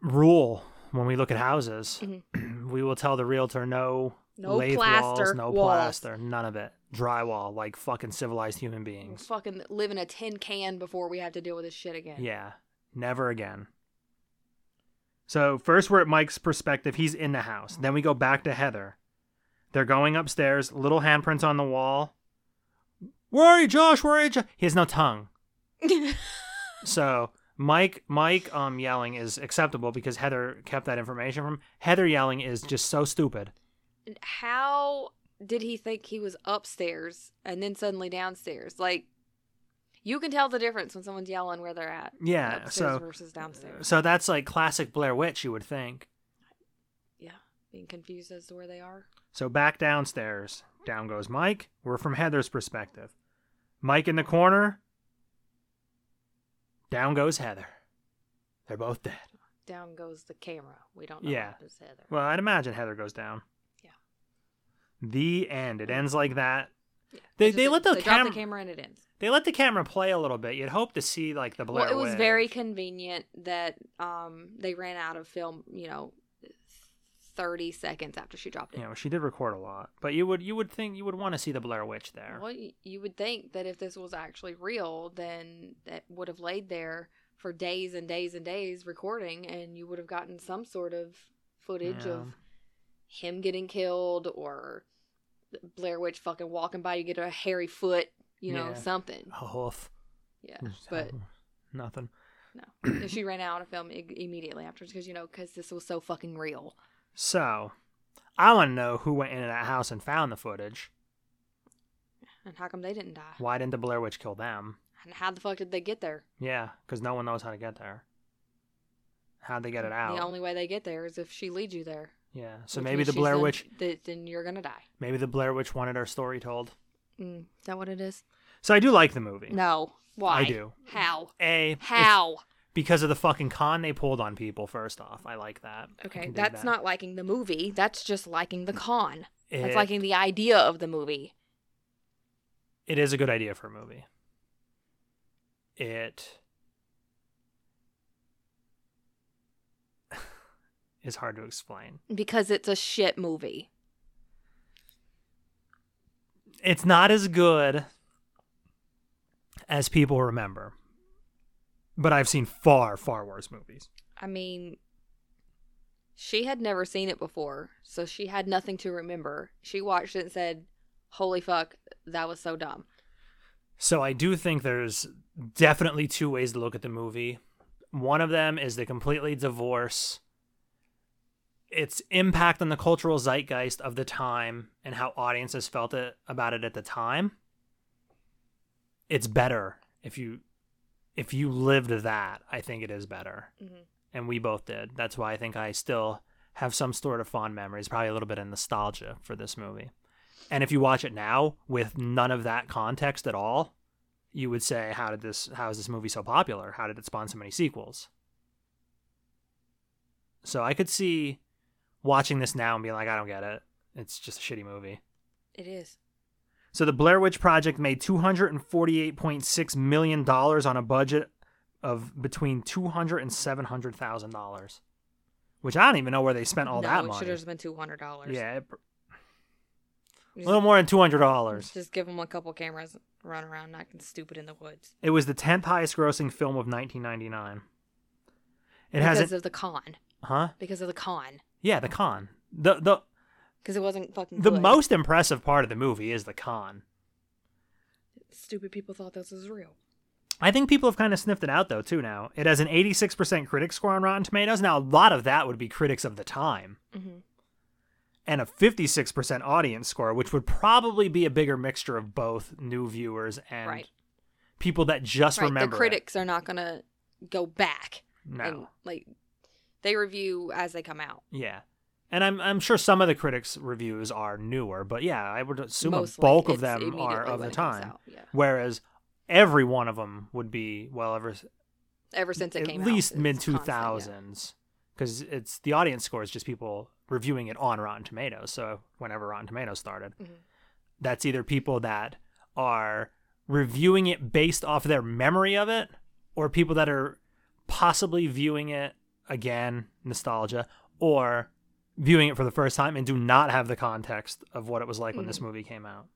S3: rule when we look at houses. we will tell the realtor no,
S4: Mm-hmm. No
S3: lathe
S4: plaster
S3: walls, no
S4: walls.
S3: plaster, none of it. Drywall, like fucking civilized human
S4: We'll
S3: beings.
S4: fucking live in a tin can before we have to deal with this shit again.
S3: Yeah. Never again. So, first we're at Mike's perspective. He's in the house. Then we go back to Heather. They're going upstairs, little handprints on the wall. Where are you, Josh? Where are you? Jo-? He has no tongue. so, Mike Mike um yelling is acceptable because Heather kept that information from him. Heather yelling is just so stupid.
S4: And How did he think he was upstairs and then suddenly downstairs? Like, you can tell the difference when someone's yelling where they're at.
S3: Yeah,
S4: Upstairs
S3: so- uh,
S4: versus downstairs.
S3: So that's like classic Blair Witch, you would think.
S4: Yeah. Being confused as to where they are.
S3: So back downstairs. Down goes Mike. We're from Heather's perspective. Mike in the corner. Down goes Heather. They're both dead.
S4: Down goes the camera. We don't know
S3: Yeah.
S4: what happens to Heather.
S3: Well, I'd imagine Heather goes down.
S4: Yeah.
S3: The end. It ends like that.
S4: Yeah.
S3: They-
S4: just-
S3: they let the
S4: drop
S3: cam-
S4: the camera and it ends.
S3: They let the camera play a little bit. You'd hope to see like the Blair.
S4: well, it was
S3: Witch.
S4: very convenient that um they ran out of film. You know, thirty seconds after she dropped it.
S3: You know, she did record a lot, but you would you would think you would want to see the Blair Witch there.
S4: Well, y- you would think that if this was actually real, then that would have laid there for days and days and days recording, and you would have gotten some sort of footage
S3: Yeah.
S4: of him getting killed or Blair Witch fucking walking by. You get a hairy foot, you know,
S3: Yeah.
S4: something.
S3: A hoof.
S4: Yeah, but
S3: nothing.
S4: no, she ran out of film I- immediately afterwards because you know because this was so fucking real.
S3: So, I want to know who went into that house and found the footage.
S4: And how come they didn't die?
S3: Why didn't the Blair Witch kill them?
S4: And how the fuck did they get there?
S3: Yeah, because no one knows how to get there. How'd they get it out?
S4: The only way they get there is if she leads you there.
S3: yeah, so
S4: which
S3: maybe
S4: means
S3: the
S4: she's
S3: Blair
S4: done-
S3: Witch,
S4: th- then you're gonna die.
S3: maybe the Blair Witch wanted our story told.
S4: Mm, is that what it is?
S3: So I do like the movie.
S4: No. Why?
S3: I do.
S4: How?
S3: A it's
S4: How?
S3: because of the fucking con they pulled on people. First off, I like that. I
S4: Okay,
S3: can dig
S4: that's
S3: that.
S4: not liking the movie. That's just liking the con.
S3: It-
S4: That's liking the idea of the movie.
S3: It is a good idea for a movie. It is hard to explain.
S4: Because it's a shit movie.
S3: it's not as good as people remember. But I've seen far, far worse movies.
S4: I mean, she had never seen it before, so she had nothing to remember. She watched it and said, Holy fuck, that was so dumb.
S3: So I do think there's definitely two ways to look at the movie. One of them is to completely divorce its impact on the cultural zeitgeist of the time and how audiences felt it about it at the time. It's better if you if you lived that. I think it is better. and we both did. That's why I think I still have some sort of fond memories, probably a little bit of nostalgia for this movie. And if you watch it now with none of that context at all, you would say, "How did this? How is this movie so popular? How did it spawn so many sequels?" So I could see watching this now and being like, "I don't get it. It's just a shitty movie."
S4: It is.
S3: So the Blair Witch Project made two hundred and forty-eight point six million dollars on a budget of between two hundred and seven hundred thousand dollars, which I don't even know where they spent all
S4: no,
S3: that
S4: it should
S3: money.
S4: have been $200.
S3: Yeah, it- a
S4: Just-
S3: little more than two hundred dollars.
S4: Just give them a couple cameras, and run around, acting stupid in the woods.
S3: It was the tenth highest-grossing film of nineteen ninety-nine. It
S4: because
S3: has it,
S4: of the con.
S3: huh?
S4: Because of the con.
S3: Yeah, the con. The the
S4: Because it wasn't fucking
S3: the
S4: good.
S3: most impressive part of the movie is the con.
S4: stupid people thought this was real.
S3: I think people have kind of sniffed it out though too now. It has an 86% critic score on Rotten Tomatoes. Now a lot of that would be critics of the time.
S4: Mhm.
S3: And a 56% audience score, which would probably be a bigger mixture of both new viewers and
S4: Right.
S3: people that just
S4: right, the
S3: remember it.
S4: critics are not gonna go back
S3: No.
S4: and like they review as they come out.
S3: Yeah. And I'm I'm sure some of the critics' reviews are newer, but yeah, I would assume a
S4: Mostly,
S3: bulk
S4: it's
S3: of them are
S4: immediately
S3: of
S4: when
S3: the
S4: it comes
S3: time.
S4: out, yeah.
S3: Whereas every one of them would be well ever s-
S4: Ever since it
S3: at
S4: came out,
S3: least
S4: it's
S3: mid two
S4: constant, yeah.
S3: thousands, because it's the audience score is just people reviewing it on Rotten Tomatoes. So whenever Rotten Tomatoes started,
S4: Mhm.
S3: that's either people that are reviewing it based off their memory of it, or people that are possibly viewing it again nostalgia, or viewing it for the first time and do not have the context of what it was like when
S4: Hmm.
S3: this movie came out.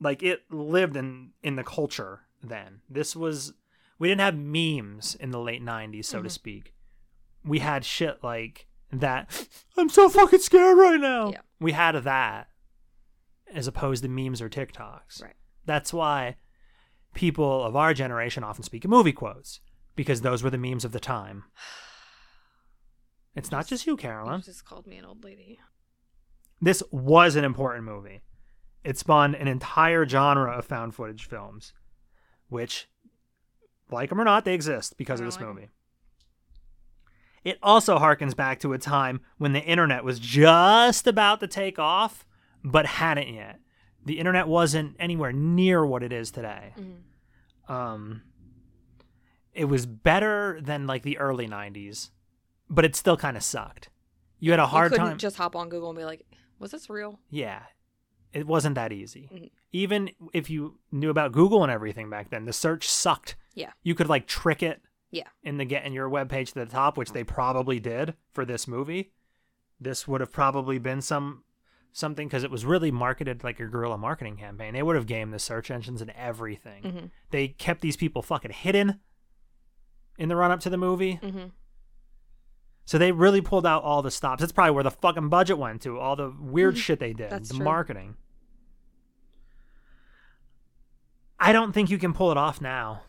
S3: Like it lived in in the culture then. This was we didn't have memes in the late 90s
S4: Mm-hmm.
S3: so to speak we had shit like that i'm so fucking scared right now
S4: Yeah.
S3: we had that as opposed to memes or tiktoks
S4: Right.
S3: that's why people of our generation often speak in movie quotes because those were the memes of the time it's not just you
S4: You
S3: carolyn
S4: just called me an old lady.
S3: this was an important movie. It spawned an entire genre of found footage films, which, like them or not, they exist because of
S4: I
S3: this
S4: like 'em.
S3: movie. It also harkens back to a time when the internet was just about to take off, but hadn't yet. The internet wasn't anywhere near what it is today. Um, it was better than like the early '90s, but it still kind of sucked. You had a hard
S4: you couldn't
S3: time.
S4: just hop on Google and be like, "Was this real?"
S3: Yeah. It wasn't that easy.
S4: Mhm.
S3: Even if you knew about Google and everything back then, the search sucked.
S4: Yeah,
S3: You could like trick it
S4: yeah,
S3: in the get in your webpage to the top, which they probably did for this movie. This would have probably been some something because it was really marketed like a guerrilla marketing campaign. They would have gamed the search engines and everything.
S4: Mhm.
S3: They kept these people fucking hidden in the run up to the movie.
S4: mm-hmm.
S3: So they really pulled out all the stops. That's probably where the fucking budget went to, all the weird shit they did,
S4: Mm-hmm. That's
S3: the
S4: true.
S3: marketing. I don't think you can pull it off now.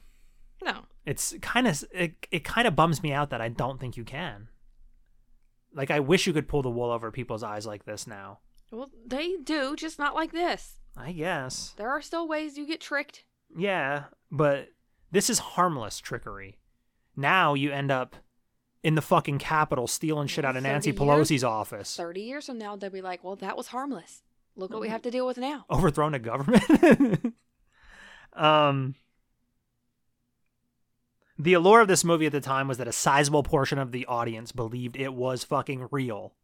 S4: no,
S3: It's kind of it, it kind of bums me out that I don't think you can. Like I wish you could pull the wool over people's eyes like this now.
S4: well, they do, just not like this.
S3: I guess.
S4: There are still ways you get tricked.
S3: Yeah, but this is harmless trickery. Now you end up in the fucking Capitol stealing shit out of
S4: So do
S3: Nancy
S4: you-
S3: Pelosi's office.
S4: Thirty years from now, they'll be like, "Well, that was harmless. Look what we have to deal with now."
S3: overthrown a government. um, the allure of this movie at the time was that a sizable portion of the audience believed it was fucking real.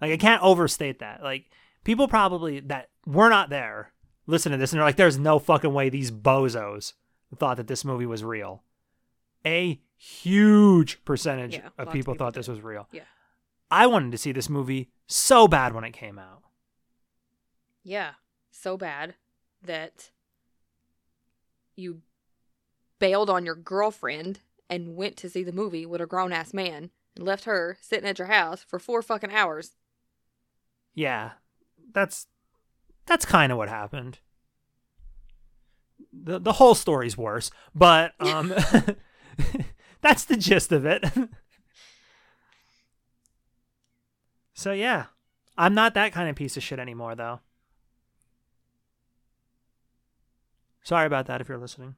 S3: Like I can't overstate that. Like people probably that were not there listen to this and they're like, "There's no fucking way these bozos thought that this movie was real." A huge percentage
S4: Yeah, lots
S3: of
S4: of
S3: people
S4: people
S3: thought this
S4: did.
S3: was real.
S4: Yeah,
S3: I wanted to see this movie so bad when it came out.
S4: yeah, so bad that you bailed on your girlfriend and went to see the movie with a grown ass man and left her sitting at your house for four fucking hours.
S3: yeah that's that's kind of what happened the the whole story's worse but um that's the gist of it so yeah i'm not that kind of piece of shit anymore though sorry about that if you're listening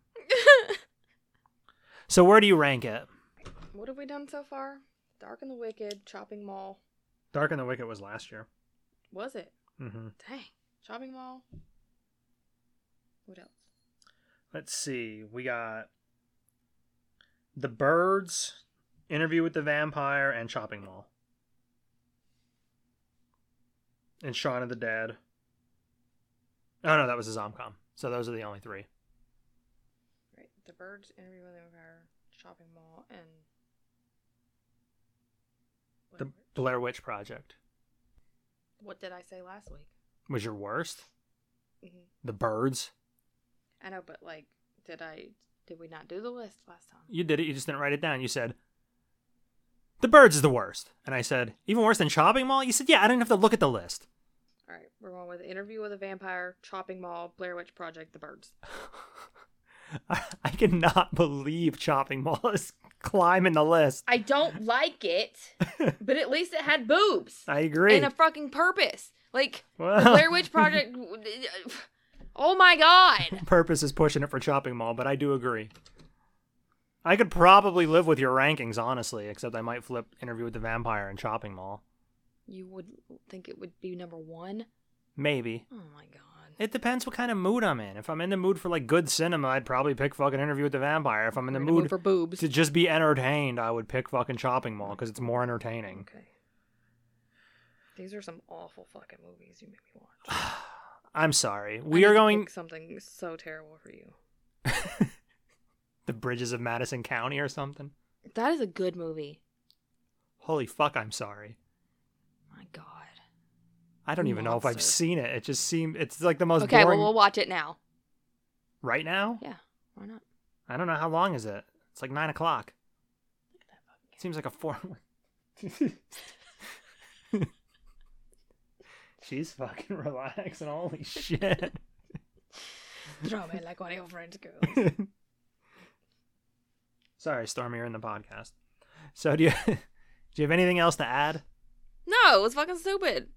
S3: so where do you rank it
S4: What have we done so far? Dark and the Wicked, Chopping Mall.
S3: dark and the wicked was last year
S4: Was it?
S3: mm-hmm.
S4: Dang. Chopping Mall. What else?
S3: let's see we got the birds interview with the vampire and chopping mall and Shaun of the Dead. Oh no, that was a Zomcom. So those are the only three.
S4: Right. The Birds, Interview with the Vampire, Chopping Mall, and.
S3: The
S4: Whatever.
S3: Blair Witch Project
S4: What did I say last week?
S3: was your worst.
S4: Mhm.
S3: The birds.
S4: I know, but like, did I. Did we not do the list last time?
S3: You did it. You just didn't write it down. You said the birds is the worst, and I said even worse than Chopping Mall. You said yeah. I didn't have to look at the list.
S4: All right. We're going with Interview with a Vampire, Chopping Mall, Blair Witch Project, The Birds.
S3: I, I cannot believe Chopping Mall is climbing the list.
S4: I don't like it, but at least it had boobs.
S3: I agree.
S4: and a fucking purpose. Like
S3: Well.
S4: the Blair Witch Project, Oh my god.
S3: Purpose is pushing it for Chopping Mall, but I do agree. I could probably live with your rankings, honestly, except I might flip Interview with the Vampire and Chopping Mall.
S4: You would think it would be number one?
S3: Maybe.
S4: Oh my god.
S3: It depends what kind of mood I'm in. If I'm in the mood for like good cinema, I'd probably pick fucking Interview with the Vampire. If I'm in the
S4: We're
S3: mood
S4: for boobs.
S3: to just be entertained, I would pick fucking Chopping Mall because it's more entertaining.
S4: Okay. These are some awful fucking movies you made me watch.
S3: I'm sorry.
S4: I
S3: We
S4: need
S3: are
S4: to
S3: going
S4: pick something so terrible for you.
S3: the bridges of Madison County or something.
S4: That is a good movie.
S3: Holy fuck, I'm sorry.
S4: My god.
S3: I don't even know if I've
S4: Monster. seen
S3: seen it. It just seemed it's like the most
S4: Okay, well
S3: boring
S4: we'll watch it now.
S3: right now.
S4: Yeah, why not?
S3: I don't know how long is it. It's like nine o'clock. Seems like a four. She's fucking relaxing. Holy shit.
S4: Throw me like one of your friends girls.
S3: Sorry, Stormy, you're in the podcast. So do you do you have anything else to add?
S4: No, it was fucking stupid.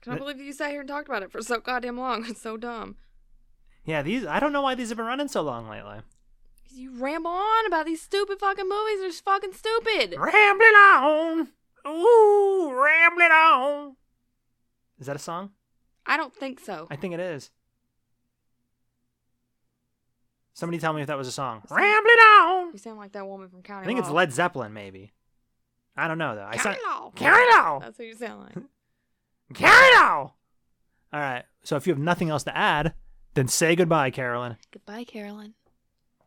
S4: Can I
S3: That-
S4: believe you sat here and talked about it for so goddamn long? It's so dumb.
S3: Yeah, these I don't know why these have been running so long lately.
S4: 'Cause You ramble on about these stupid fucking movies. They're just fucking stupid.
S3: Rambling on. Ooh, rambling on. Is that a song?
S4: I don't think so.
S3: I think it is. Somebody tell me if that was a song. Rambling on.
S4: You sound like that woman from County.
S3: I think it's
S4: Law.
S3: Led Zeppelin, maybe. I don't know though. I
S4: County
S3: sound
S4: Law.
S3: Carry on.
S4: That's what you sound like.
S3: Carry on. All right. So if you have nothing else to add, then say goodbye, Carolyn.
S4: Goodbye, Carolyn.